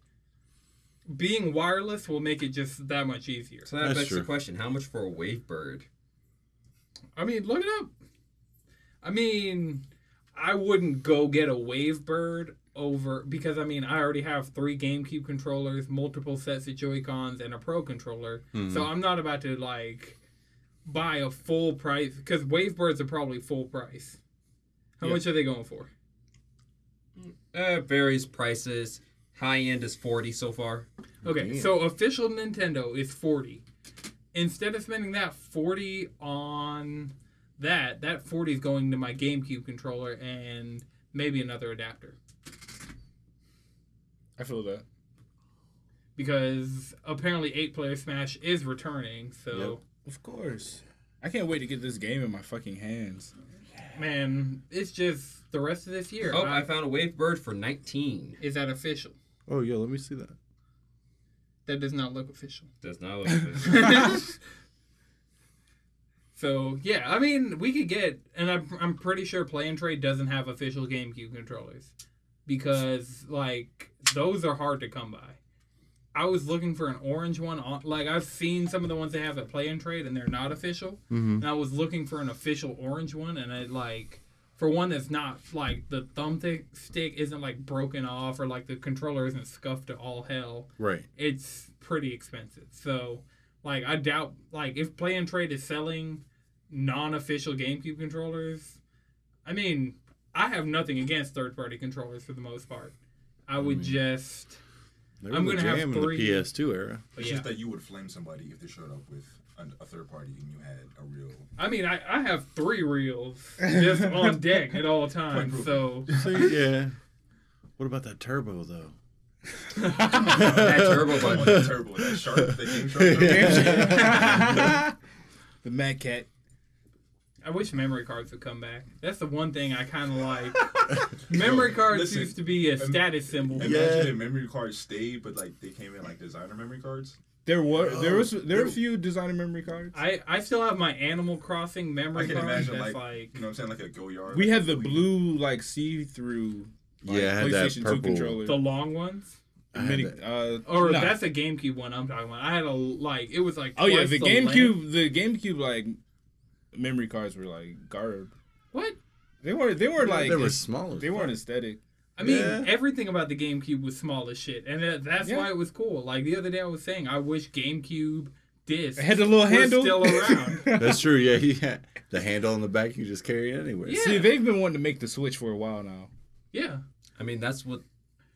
S1: being wireless will make it just that much easier.
S2: So that
S5: That's
S2: begs the
S5: true.
S2: question: How much for a wave bird?
S1: I mean, look it up. I mean, I wouldn't go get a Wavebird over because I mean, I already have three GameCube controllers, multiple sets of Joy-Cons, and a Pro controller. So I'm not about to like buy a full price because Wavebirds are probably full price. How
S3: Yeah.
S1: much are they going for?
S2: Uh, various prices. High end is forty so far.
S1: Okay,
S5: Yeah.
S1: so official Nintendo is 40. Instead of spending that 40 on that, that 40 is going to my GameCube controller and maybe another adapter.
S3: I feel that.
S1: Because apparently 8 player Smash is returning, so
S3: Of course. I can't wait to get this game in my fucking hands.
S1: man, it's just the rest of this year.
S2: Oh,
S1: I-
S2: I found a wave bird for nineteen.
S1: is that official?
S5: Oh yeah, let me see that.
S1: That does not look official.
S2: Does not look good.
S1: So yeah, I mean, we could get, and I'm I'm pretty sure Play and Trade doesn't have official GameCube controllers because like those are hard to come by. I was looking for an orange one on like I've seen some of the ones they have at Play and Trade and they're not official. And I was looking for an official orange one and I like for one that's not like the thumb thi- stick isn't like broken off or like the controller isn't scuffed to all hell
S5: Right.
S1: it's pretty expensive. So, like, I doubt, like, if Play and Trade is selling non official GameCube controllers, I mean, I have nothing against third party controllers for the most part. I would
S4: Mm-hmm.
S1: just.
S5: They
S1: I'm
S5: were
S1: gonna have
S5: jamming
S1: three.
S5: the PS2 era.
S4: It's
S1: yeah.
S4: just that you would flame somebody if they showed up with an, a third party and you had a real.
S1: I mean, I, I have three reels just on deck at all times.
S4: Point
S1: So,
S5: So, yeah. What about that turbo though?
S2: that turbo
S4: Come on,
S2: button.
S4: that turbo, that shark, that game shark.
S3: The Mad Cat.
S1: I wish memory cards would come back. That's the one thing I kind of like. memory cards
S4: listen,
S1: used to be a
S4: um,
S1: status symbol.
S4: Imagine
S5: Yeah.
S4: if memory cards stayed, but like they came in like designer memory cards.
S3: There were there was
S4: Oh,
S3: there were a
S4: ew.
S3: few designer memory cards.
S1: I, I still have my Animal Crossing
S4: I
S1: memory
S4: can
S1: card.
S4: imagine
S1: that's
S4: like,
S1: like
S4: you know what I'm saying, like a go yard.
S3: We
S4: like,
S3: had the
S4: green.
S3: blue like see through like,
S5: yeah, I had that purple.
S3: controller.
S1: the long ones.
S5: I had
S3: Mini-
S5: that.
S3: uh,
S1: Or
S3: nah.
S1: Oh, that's a GameCube one I'm talking about. I had a like it was like
S3: oh yeah,
S1: twice
S3: the
S1: length-
S3: GameCube the GameCube like memory cards were like garb.
S1: What?
S3: They were they were like
S5: they were smaller.
S3: they weren't aesthetic.
S1: I mean,
S5: Yeah.
S1: everything about the GameCube was small as shit, and that, that's
S3: Yeah.
S1: why it was cool. Like the other day, I was saying I wish GameCube discs
S3: It had the little
S1: were
S3: handle.
S1: still around.
S5: That's true. Yeah, he had the handle on the back. You just carry it anywhere.
S1: Yeah.
S3: See, they've been wanting to make the Switch for a while now.
S1: yeah,
S2: I mean, that's what.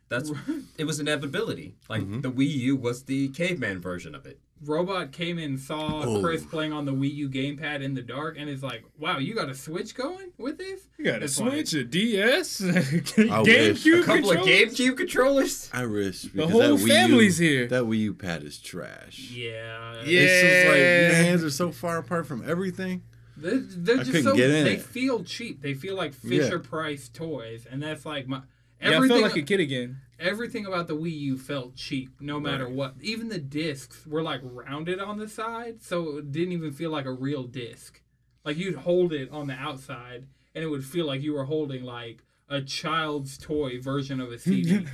S2: That's it was inevitability. Like
S5: Mm-hmm.
S2: the Wii U was the caveman version of it.
S1: robot came in, saw
S5: Oh.
S1: Chris playing on the Wii U gamepad in the dark, and is like, "Wow, you got a Switch going with this?"
S3: You got a
S1: That's
S3: Switch, a DS,
S5: wish.
S3: GameCube,
S5: A
S2: A couple of
S3: controller.
S2: GameCube controllers.
S5: I wish
S3: The
S5: because that
S3: whole
S5: Wii U-
S3: family's here.
S5: That Wii U pad is trash.
S1: Yeah,
S3: Yeah.
S5: It's just like your hands are so far apart from everything.
S1: They're, they're
S5: I
S1: just
S5: couldn't
S1: so
S5: get in
S1: they
S5: it.
S1: feel cheap. They feel like Fisher Price toys, and that's like my
S3: Yeah, I
S1: Everything,
S3: felt like a kid again.
S1: everything about the Wii U felt cheap, no matter what. Even the discs were like rounded on the side, so it didn't even feel like a real disc. Like you'd hold it on the outside, and it would feel like you were holding like a child's toy version of a CD.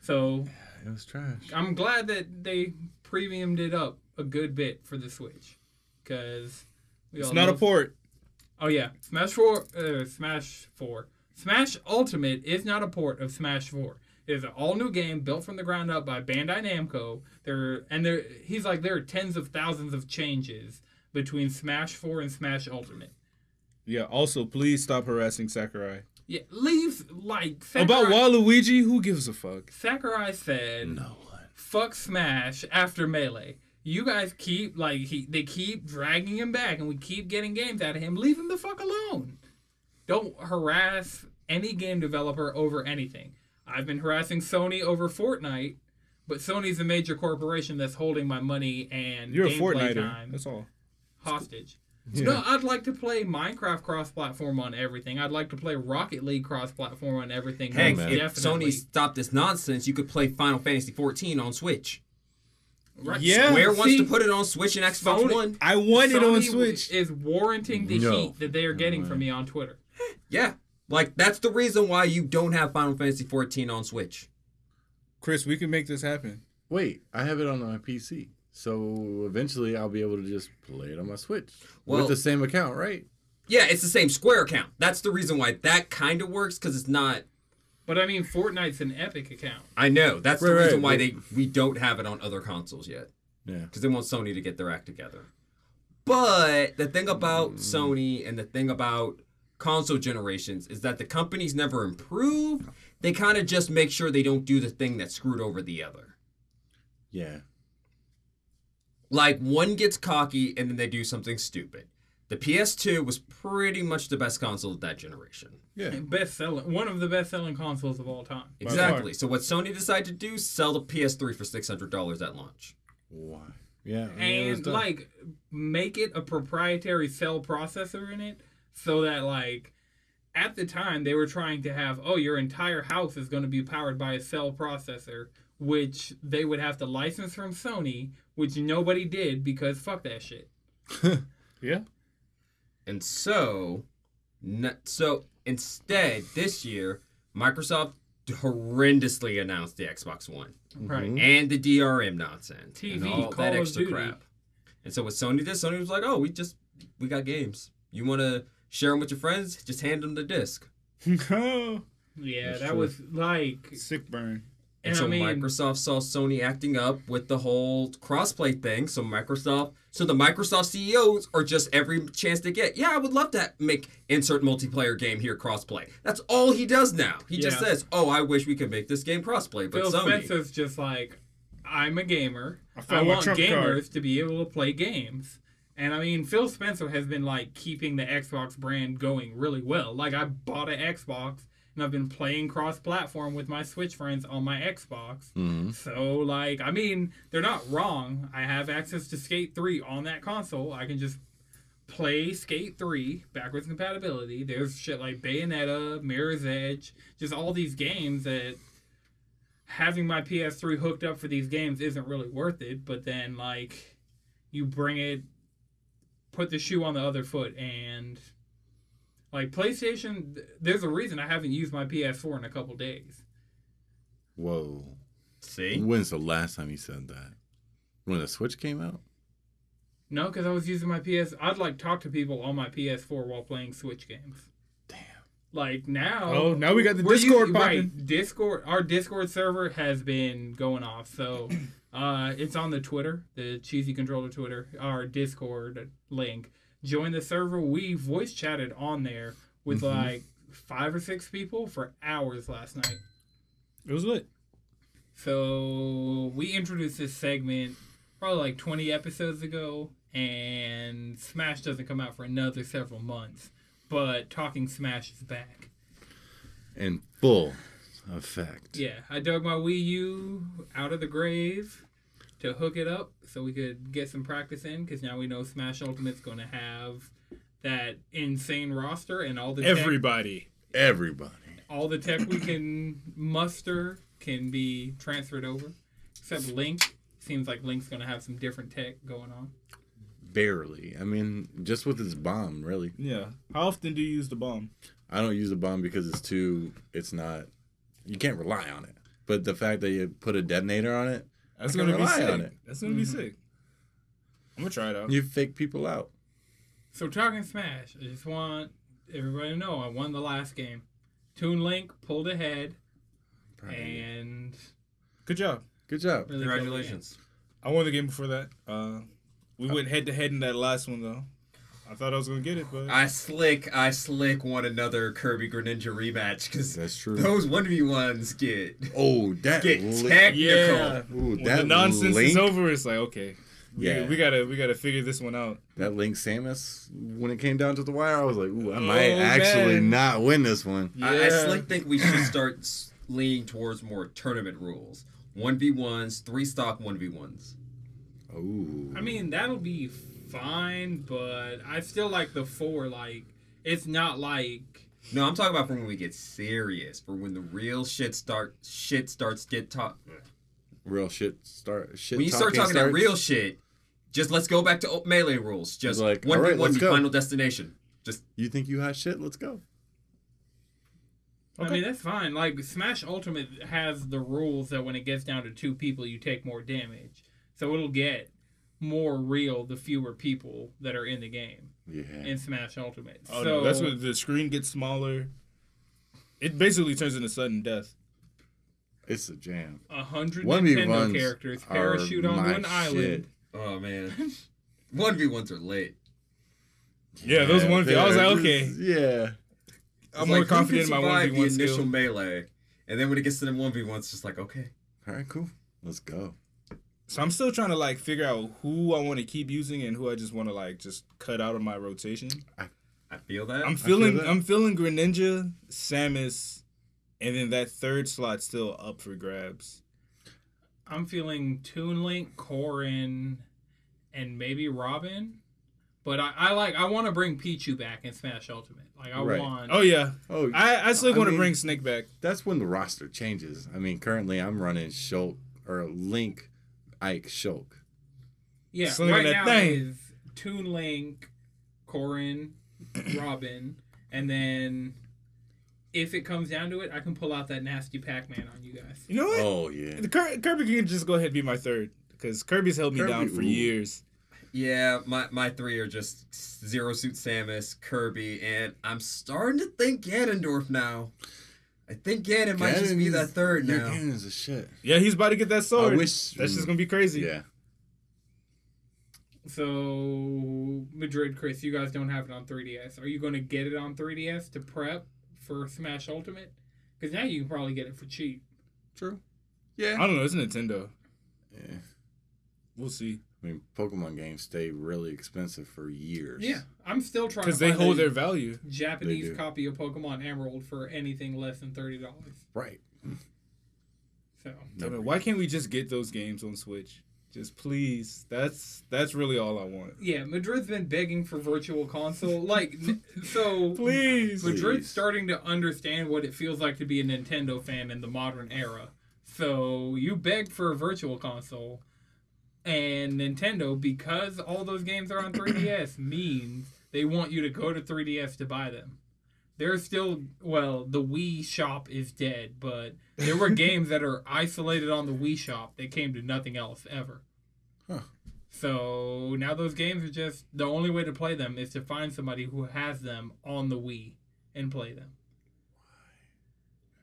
S1: so
S5: It was trash.
S1: I'm glad that they premiumed it up a good bit for the Switch, because
S3: It's not a port.
S1: Oh yeah, Smash Four, uh, Smash Four, Smash Ultimate is not a port of Smash Four. It is an all-new game built from the ground up by Bandai Namco. There and there, he's like there are tens of thousands of changes between Smash Four and Smash Ultimate.
S3: Yeah. Also, please stop harassing Sakurai.
S1: Yeah, leave like Sakurai,
S3: About Waluigi, who gives a fuck?
S1: Sakurai said.
S5: No one.
S1: fuck Smash after Melee. You guys keep like he they keep dragging him back, and we keep getting games out of him. Leave him the fuck alone. Don't harass any game developer over anything. I've been harassing Sony over Fortnite, but Sony's a major corporation that's holding my money and
S3: You're a
S1: gameplay
S3: Fortniter.
S1: time
S3: That's all.
S1: hostage. No, I'd like to play Minecraft cross-platform on everything. I'd like to play Rocket League cross-platform on everything.
S2: Hey,
S1: most
S2: if Sony stopped this nonsense, you could play Final Fantasy 14 on Switch.
S1: Right.
S3: Yeah.
S2: Where wants
S1: See,
S2: to put it on Switch and Xbox
S1: Sony-
S2: One?
S3: I want it on
S1: Sony
S3: Switch.
S1: is warranting the
S5: No.
S1: heat that they are getting from me on Twitter.
S2: Yeah. Like that's the reason why you don't have Final Fantasy 14 on Switch.
S3: Chris, we can make this happen.
S5: Wait, I have it on my PC. So eventually I'll be able to just play it on my Switch
S2: Well-
S5: with the same account, right?
S2: Yeah, it's the same Square account. That's the reason why that kind of works because it's not.
S1: But I mean, Fortnite's an Epic account.
S2: I know that's the
S5: Right,
S2: reason
S5: right,
S2: why
S5: but-
S2: they we don't have it on other consoles yet
S5: Yeah.
S2: because they want Sony to get their act together. But the thing about Sony and the thing about console generations is that the companies never improve. They kind of just make sure they don't do the thing that screwed over the other.
S5: Yeah.
S2: like one gets cocky and then they do something stupid. The PS2 was pretty much the best console of that generation.
S5: Yeah.
S1: Best selling, one of the best selling consoles of all time.
S3: far.
S2: Exactly. So what Sony decided to do, sell the PS3 for six hundred dollars at launch.
S5: Why? Yeah. I mean, it was
S1: And
S5: dumb.
S1: like, make it a proprietary cell processor in it, so that like, at the time they were trying to have, oh, your entire house is going to be powered by a cell processor, which they would have to license from Sony, which nobody did because fuck that shit.
S3: Yeah.
S2: And so, n- so instead, this year, Microsoft horrendously announced the Xbox One
S5: Mm-hmm.
S1: Right.
S2: and the DRM nonsense and
S1: TV,
S2: all
S1: Call
S2: that
S1: of
S2: extra
S1: Duty.
S2: crap. And so what Sony did, Sony was like, "Oh, we just we got games. You want to share them with your friends? Just hand them the disc."
S1: Yeah,
S5: That's
S1: that
S5: true.
S1: was like,
S3: Sick burn.
S2: And,
S1: and
S2: so
S1: I mean,
S2: Microsoft saw Sony acting up with the whole crossplay thing. So Microsoft, so the Microsoft CEOs are just every chance they get. Yeah, I would love to make insert multiplayer game here crossplay. That's all he does now. He just
S1: Yeah.
S2: says, "Oh, I wish we could make this game crossplay."
S1: Phil
S2: But Sony,
S1: Spencer's just like, I'm a gamer.
S3: I
S1: I,
S3: found my
S1: want
S3: trump
S1: gamers
S3: card."
S1: to be able to play games. And I mean, Phil Spencer has been like keeping the Xbox brand going really well. Like, I bought an Xbox and I've been playing cross platform with my Switch friends on my Xbox.
S2: Mm-hmm.
S5: Mhm.
S1: So, like, I mean, they're not wrong. I have access to Skate 3 on that console. I can just play Skate 3, backwards compatibility. There's shit like Bayonetta, Mirror's Edge, just all these games that having my PS3 hooked up for these games isn't really worth it. But then, like, you bring it, put the shoe on the other foot, and like PlayStation, th- there's a reason I haven't used my PS4 in a couple days.
S5: Whoa.
S2: see,
S5: When's the last time you said that? When the Switch came out?
S1: No, because I was using my PS. I'd like talk to people on my PS4 while playing Switch games.
S5: Damn.
S1: Like now.
S3: Oh, now we got the
S1: We're
S3: Discord
S1: using-
S3: popping.
S1: Right, Discord. Our Discord server has been going off, so uh, it's on the Twitter, the cheesy controller Twitter. Our Discord link. Join the server. We voice chatted on there with
S3: Mm-hmm.
S1: like five or six people for hours last night.
S3: It was lit.
S1: So we introduced this segment probably like 20 episodes ago, and Smash doesn't come out for another several months. But Talking Smash is back.
S5: In full effect.
S1: Yeah, I dug my Wii U out of the grave to hook it up so we could get some practice in because now we know Smash Ultimate's going to have that insane roster and all the tech-
S3: Everybody.
S5: Everybody.
S1: all the tech we can muster can be transferred over, except Link. Seems like Link's gonna have some different tech going on.
S5: Barely. I mean, just with this bomb, really.
S3: Yeah. How often do you use the bomb?
S5: I don't use the bomb because it's too. It's not. You can't rely on it. But the fact that you put a detonator on it,
S3: That's
S5: I can
S3: gonna be
S5: rely
S3: sick.
S5: on it.
S3: That's gonna be sick. I'm gonna try it out.
S5: you fake people out.
S1: So talking Smash, I just want everybody to know I won the last game. Toon Link pulled ahead and
S3: Good job.
S5: Good
S1: really killed
S5: job.
S1: the game.
S2: Congratulations.
S3: I won the game before that. Uh, we went head to head in that last one though. I thought I was gonna get it, but
S2: I slick, I slick won another Kirby Greninja rematch because
S5: That's true.
S2: those 1v1s get,
S5: Oh, that
S2: get
S5: li-
S2: technical.
S3: yeah.
S5: Ooh,
S3: When
S5: that
S3: the nonsense is
S5: Link-
S3: over, it's like okay, we,
S5: Yeah.
S3: we gotta we gotta figure this one out.
S5: That Link Samus, when it came down to the wire, I was like, ooh, I might
S3: Oh,
S5: actually
S3: man.
S5: not win this one.
S2: I, I slick think we should start s- leaning towards more tournament rules. 1v1s, three stock 1v1s.
S5: Ooh.
S1: I mean, that'll be fine, but I still like the four. Like, it's not like
S2: No, I'm talking about for when we get serious, for when the real shit start shit starts get talk.
S5: real shit start shit
S2: When you start talking that
S5: starts.
S2: real shit, just let's go back to o- melee rules. Just
S5: Like,
S2: one
S5: alright,
S2: v one
S5: let's go.
S2: final destination. Just
S5: You think you hot shit? Let's go.
S1: I mean, that's fine. Like, Smash Ultimate has the rules that when it gets down to two people, you take more damage. So it'll get more real the fewer people that are in the game
S5: Yeah.
S1: in Smash Ultimate.
S3: Oh
S1: so
S3: no, that's when the screen gets smaller. It basically turns into sudden death.
S5: It's a jam.
S1: a hundred
S5: 1v1s
S1: Nintendo characters
S5: are
S1: parachute on
S5: my
S1: one island.
S2: oh man, one v ones are late.
S3: Yeah, those
S5: Yeah,
S3: one. I was
S5: they're
S3: like,
S5: just-
S3: okay,
S5: Yeah.
S3: I'm more confident in my one v one
S2: the initial
S3: skill.
S2: melee, and then when it gets to the one v one, it's just like okay,
S5: All right, cool. Let's go.
S3: So I'm still trying to like figure out who I want to keep using and who I just want to like just cut out of my rotation.
S2: I feel that.
S3: I'm
S5: feel
S3: feeling
S5: that.
S3: I'm feeling Greninja, Samus, and then that third slot still up for grabs.
S1: I'm feeling Toon Link, Corin, and maybe Robin. But I, I like I want to bring Pichu back in Smash Ultimate. Like I
S5: Right.
S1: want.
S3: Oh yeah,
S5: Oh,
S3: I I still
S5: I
S3: want to
S5: mean-
S3: bring Snake back.
S5: that's when the roster changes. I mean, currently I'm running Shulk or Link, Ike, Shulk.
S1: Yeah,
S3: Slinging
S1: right
S3: that
S1: now
S3: thing.
S1: is Toon Link, Corin, Robin, and then if it comes down to it, I can pull out that nasty Pac-Man on you guys.
S3: You know what?
S5: Oh yeah.
S3: The Kir- Kirby can just go ahead and be my third because Kirby's held me
S5: Kirby,
S3: down for
S5: ooh.
S3: years.
S2: yeah, my my three are just Zero Suit Samus, Kirby, and I'm starting to think Ganondorf now. I think Ganon, might just be
S5: Ganon's-
S2: that third
S5: your
S2: now.
S5: Ganon's a shit.
S3: Yeah, he's about to get that sword.
S5: wish-
S3: that's just gonna be crazy.
S5: Yeah.
S1: So Madrid, Chris, you guys don't have it on 3DS. Are you going to get it on 3DS to prep for Smash Ultimate? Because now you can probably get it for cheap.
S5: True.
S3: I
S5: Yeah.
S3: don't know. It's Nintendo.
S5: yeah.
S3: We'll see
S5: I mean, Pokemon games stay really expensive for years.
S1: Yeah, I'm still trying
S3: because
S1: to
S3: they
S1: find
S3: hold
S1: a
S3: their value.
S5: They
S1: Japanese
S5: do.
S1: copy of Pokemon Emerald for anything less than thirty dollars.
S5: Right.
S1: So
S3: I mean, why can't we just get those games on Switch? Just please. That's that's really all I want.
S1: yeah, Madrid's been begging for Virtual Console. Like, n- so
S3: Please.
S1: Madrid's
S5: Please.
S1: starting to understand what it feels like to be a Nintendo fan in the modern era. So you begged for a virtual console, and Nintendo, because all those games are on 3DS, means they want you to go to 3DS to buy them. There's still, well, the Wii shop is dead, but there were games that are isolated on the Wii shop that came to nothing else ever.
S5: Huh.
S1: So now those games are just the only way to play them is to find somebody who has them on the Wii and play them.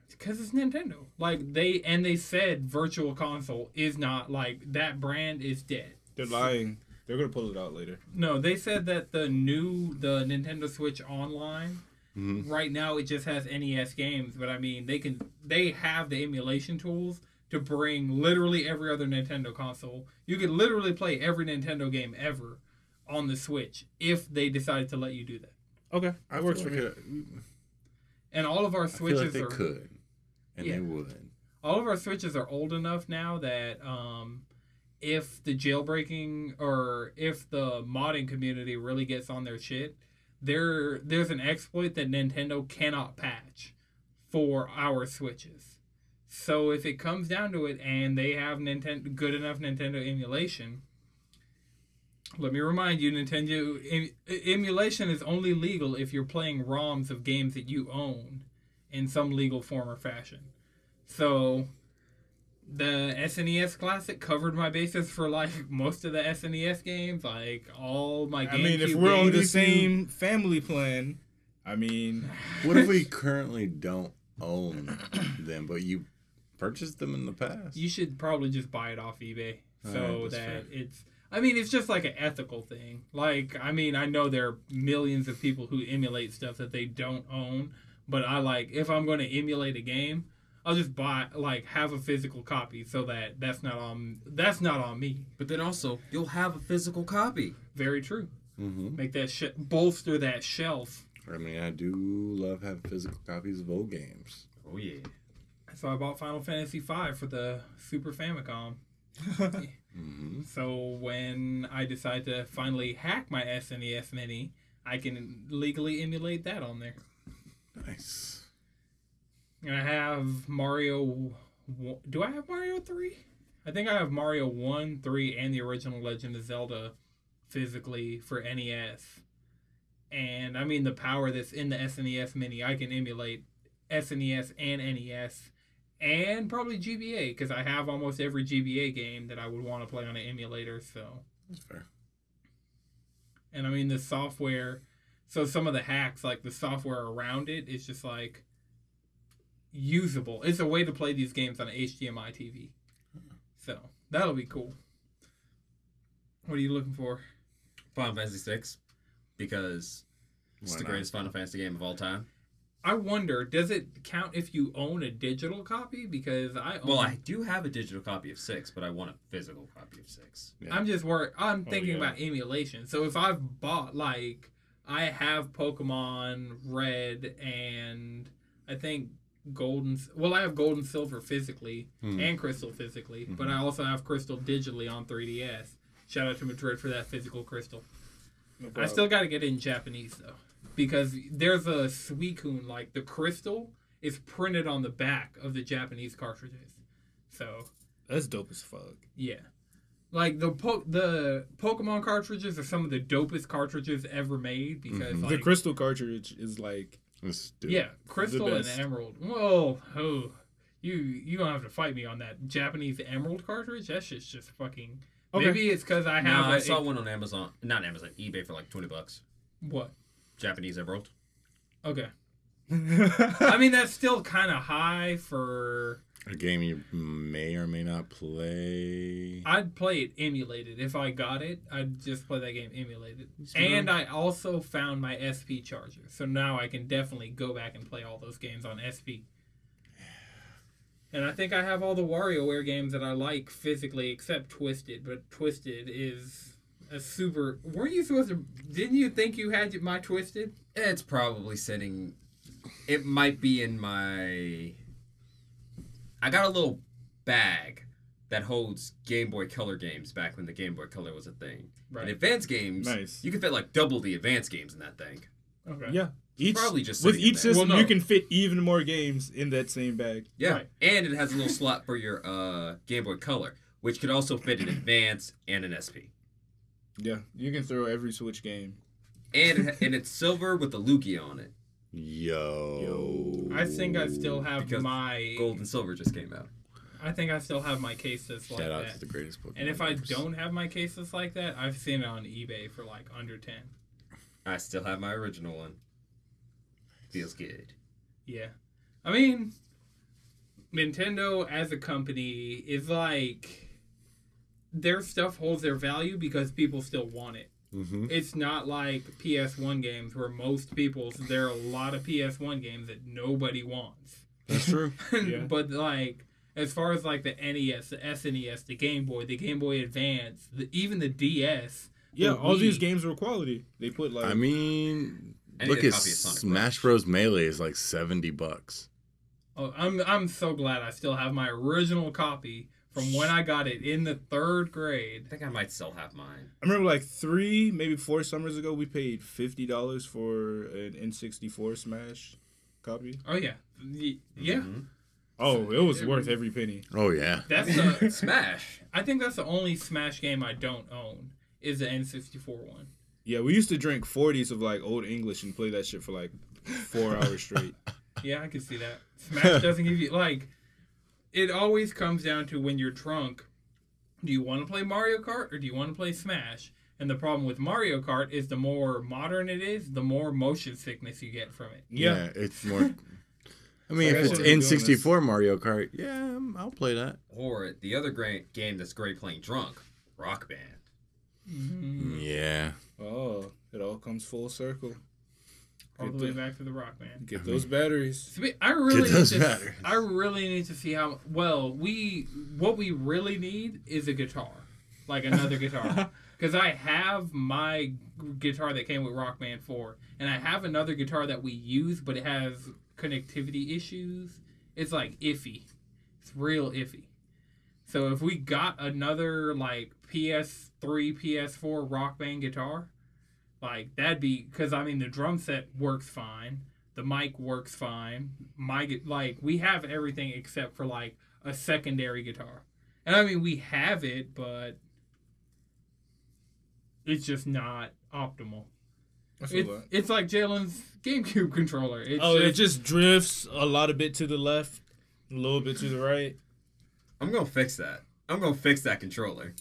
S1: Because it's Nintendo. Like they and they said Virtual Console is not like that brand is dead.
S3: They're lying. They're gonna pull it out later.
S1: No, they said that the new the Nintendo Switch Online
S5: Mhm.
S1: right now it just has NES games, but I mean they can they have the emulation tools to bring literally every other Nintendo console. You could literally play every Nintendo game ever on the Switch if they decided to let you do that.
S3: Okay,
S5: I
S3: works
S5: feel
S3: for
S5: like it-
S1: And all of our
S5: I feel
S1: switches
S5: like they
S1: are
S5: could, and
S1: Yeah.
S5: they would.
S1: all of our switches are old enough now that um, if the jailbreaking or if the modding community really gets on their shit, there there's an exploit that Nintendo cannot patch for our Switches. So if it comes down to it and they have Nintendo good enough Nintendo emulation, let me remind you Nintendo em- emulation is only legal if you're playing ROMs of games that you own in some legal form or fashion. So the SNES Classic covered my bases for like most of the SNES games, like all my
S3: I
S1: GameCube
S3: mean, if we're on the
S1: games.
S3: same family plan, I mean,
S5: What if we currently don't own them, but you purchased them in the past?
S1: you should probably just buy it off eBay so
S5: Alright, that's
S1: that
S5: fair.
S1: it's. I mean, it's just like an ethical thing. Like, I mean, I know there are millions of people who emulate stuff that they don't own, but I like if I'm going to emulate a game, I'll just buy like have a physical copy so that that's not on that's not on me.
S2: But then also, you'll have a physical copy.
S1: Very true.
S5: Mm-hmm.
S1: Make that sh- bolster that shelf.
S5: I mean, I do love having physical copies of old games.
S2: Oh yeah.
S1: So I bought Final Fantasy V for the Super Famicom.
S5: Mm-hmm.
S1: So when I decide to finally hack my E SNES Mini, I can legally emulate that on there.
S5: Nice.
S1: And I have Mario. w- Do I have Mario 3? I think I have Mario 1, 3, and the original Legend of Zelda physically for NES. And I mean, the power that's in the SNES Mini, I can emulate SNES and NES and probably GBA because I have almost every GBA game that I would want to play on an emulator, so.
S5: That's fair.
S1: And I mean, the software, so some of the hacks, like the software around it, is just like usable. It's a way to play these games on a HDMI TV. So that'll be cool. What are you looking for?
S2: Final Fantasy Six, because it's
S5: Why
S2: the
S5: not?
S2: greatest Final Fantasy game of all time.
S1: I wonder, does it count if you own a digital copy? Because I own,
S2: Well, I do have a digital copy of Six, but I want a physical copy of Six.
S1: I'm just worried. I'm
S3: Oh,
S1: thinking
S3: yeah.
S1: about emulation. So if I've bought like I have Pokemon Red and I think Gold and well, I have Gold and Silver physically
S5: Hmm.
S1: and Crystal physically,
S3: Hmm.
S1: but I also have Crystal digitally on 3DS. Shout out to Madrid for that physical Crystal. I still got to get it in Japanese though, because there's a Suicune like the Crystal is printed on the back of the Japanese cartridges. So
S3: that's dope as fuck.
S1: yeah. Like the po- the Pokemon cartridges are some of the dopest cartridges ever made because
S2: Mm-hmm.
S3: the
S1: like
S3: crystal cartridge is like
S5: Let's do it.
S1: yeah, crystal and
S3: best.
S1: emerald. Whoa, oh, you you don't have to fight me on that Japanese emerald cartridge. That shit's just fucking.
S3: Okay.
S1: Maybe it's because I
S2: No,
S1: have.
S2: I
S1: a-
S2: saw one on Amazon, not Amazon, eBay for like twenty bucks.
S1: What?
S2: Japanese Emerald.
S1: Okay. I mean that's still kind of high for.
S5: A game you may or may not play.
S1: I'd play it emulated. If I got it, I'd just play that game emulated.
S5: Sure.
S1: And I also found my SP charger. So now I can definitely go back and play all those games on SP. And I think I have all the WarioWare games that I like physically except Twisted, but Twisted is a super Weren't you supposed to didn't you think you had my Twisted?
S2: It's probably sitting. It might be in my. I got a little bag that holds Game Boy Color games back when the Game Boy Color was a thing.
S1: Right.
S2: And advanced games,
S3: Nice.
S2: you can fit like double the advanced games in that thing.
S1: Okay.
S3: Yeah. Each
S2: Probably just
S3: with
S2: sitting in
S3: each
S2: there.
S3: system,
S1: Well, no.
S3: you can fit even more games in that same bag.
S2: Yeah.
S1: Right.
S2: And it has a little slot for your uh, Game Boy Color, which could also fit an advance and an SP.
S3: Yeah, you can throw every Switch game.
S2: And it, and it's silver with a Lugia on it
S5: Yo.
S1: I think I still have
S2: Because
S1: my
S2: gold and silver just came out.
S1: I think I still have my case that's like
S5: Shout out
S1: that.
S5: to the greatest Pokemon.
S1: And if I
S5: games.
S1: don't have my cases like that, I've seen it on eBay for like under 10.
S2: I still have my original one. Feels good.
S1: Yeah. I mean, Nintendo as a company is like their stuff holds their value because people still want it.
S5: Mhm.
S1: It's not like PS1 games where most people there are a lot of PS1 games that nobody wants.
S5: That's true.
S3: Yeah.
S1: but like as far as like the NES, the SNES, the Game Boy, the Game Boy Advance, the, even the DS,
S3: Yeah,
S1: the
S3: all these
S1: Wii.
S3: games were quality. They put like
S5: I mean,
S2: I need
S5: look
S2: a
S5: at
S2: copy of Sonic
S5: Smash Bros. Melee is like seventy bucks.
S1: Oh, I'm I'm so glad I still have my original copy from when I got it in the third grade.
S2: I think I might still have mine.
S3: I remember like three, maybe four summers ago, we paid fifty dollars for an N sixty four Smash, copy?
S1: Oh yeah, Y- yeah.
S2: Mm-hmm.
S3: Oh, it was worth every penny.
S5: Oh yeah.
S1: That's the.
S2: uh, Smash.
S1: I think that's the only Smash game I don't own is the N64 one.
S3: Yeah, we used to drink 40s of like old English and play that shit for like four hours straight.
S1: Yeah, I can see that. Smash doesn't give you like. It always comes down to when you're drunk. Do you want to play Mario Kart or do you want to play Smash? And the problem with Mario Kart is the more modern it is, the more motion sickness you get from it.
S3: Yeah.
S5: it's more. I mean,
S3: I
S5: if
S3: guess
S5: it's
S3: we're doing
S5: N64 Mario Kart, yeah, um, I'll play that.
S2: Or the other great game that's great playing drunk, Rock Band.
S5: Yeah.
S3: Oh, it all comes full circle.
S1: All the
S3: Good
S1: way
S3: thing.
S1: back to the Rock Band.
S3: Get those batteries.
S1: Spe- I really
S5: does
S1: need to,
S5: matter.
S1: I really need to see how well we what we really need is a guitar, like another guitar. Because I have my g- guitar that came with Rock Band 4, and I have another guitar that we use, but it has connectivity issues. It's like iffy. It's real iffy. So if we got another like PS3, PS4 Rock Band guitar, like that'd be because I mean the drum set works fine, the mic works fine, my gu- like we have everything except for like a secondary guitar, and I mean we have it, but it's just not optimal.
S3: I feel
S1: It's,
S3: that.
S1: it's like Jalen's GameCube controller. It's
S3: Oh, it
S1: just,
S3: just drifts a lot of bit to the left, a little bit to the right.
S2: I'm gonna fix that. I'm gonna fix that controller.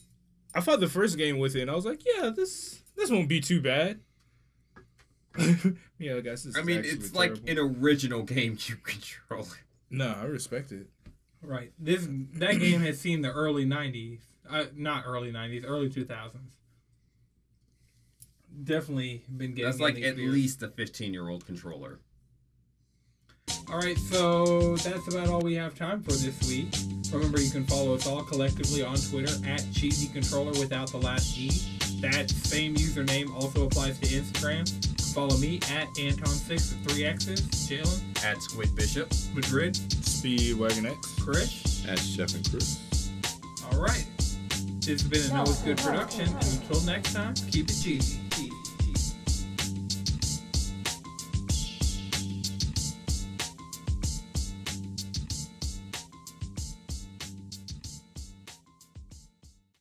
S3: I fought the first game with it, and I was like, yeah, this this won't be too bad. yeah, I guess this
S2: I
S3: is
S2: mean,
S3: actually
S2: it's like
S3: terrible.
S2: an original GameCube controller.
S3: No, I respect it.
S1: right. This that game has seen the early '90s, uh, not early '90s, early 2000s. Definitely been getting
S2: That's
S1: in
S2: like
S1: the
S2: at
S1: experience.
S2: least a 15 year old controller.
S1: All right, so that's about all we have time for this week. Remember, you can follow us all collectively on Twitter at Cheesy Controller without the last E. That same username also applies to Instagram. Follow me at Anton6 with three X's, Jalen,
S2: At Squid Bishop.
S1: Madrid,
S3: Speedwagon X.
S1: Chris.
S5: As Chef and Chris.
S1: All right. This has been a No Is Good production, and until next time, keep it cheesy.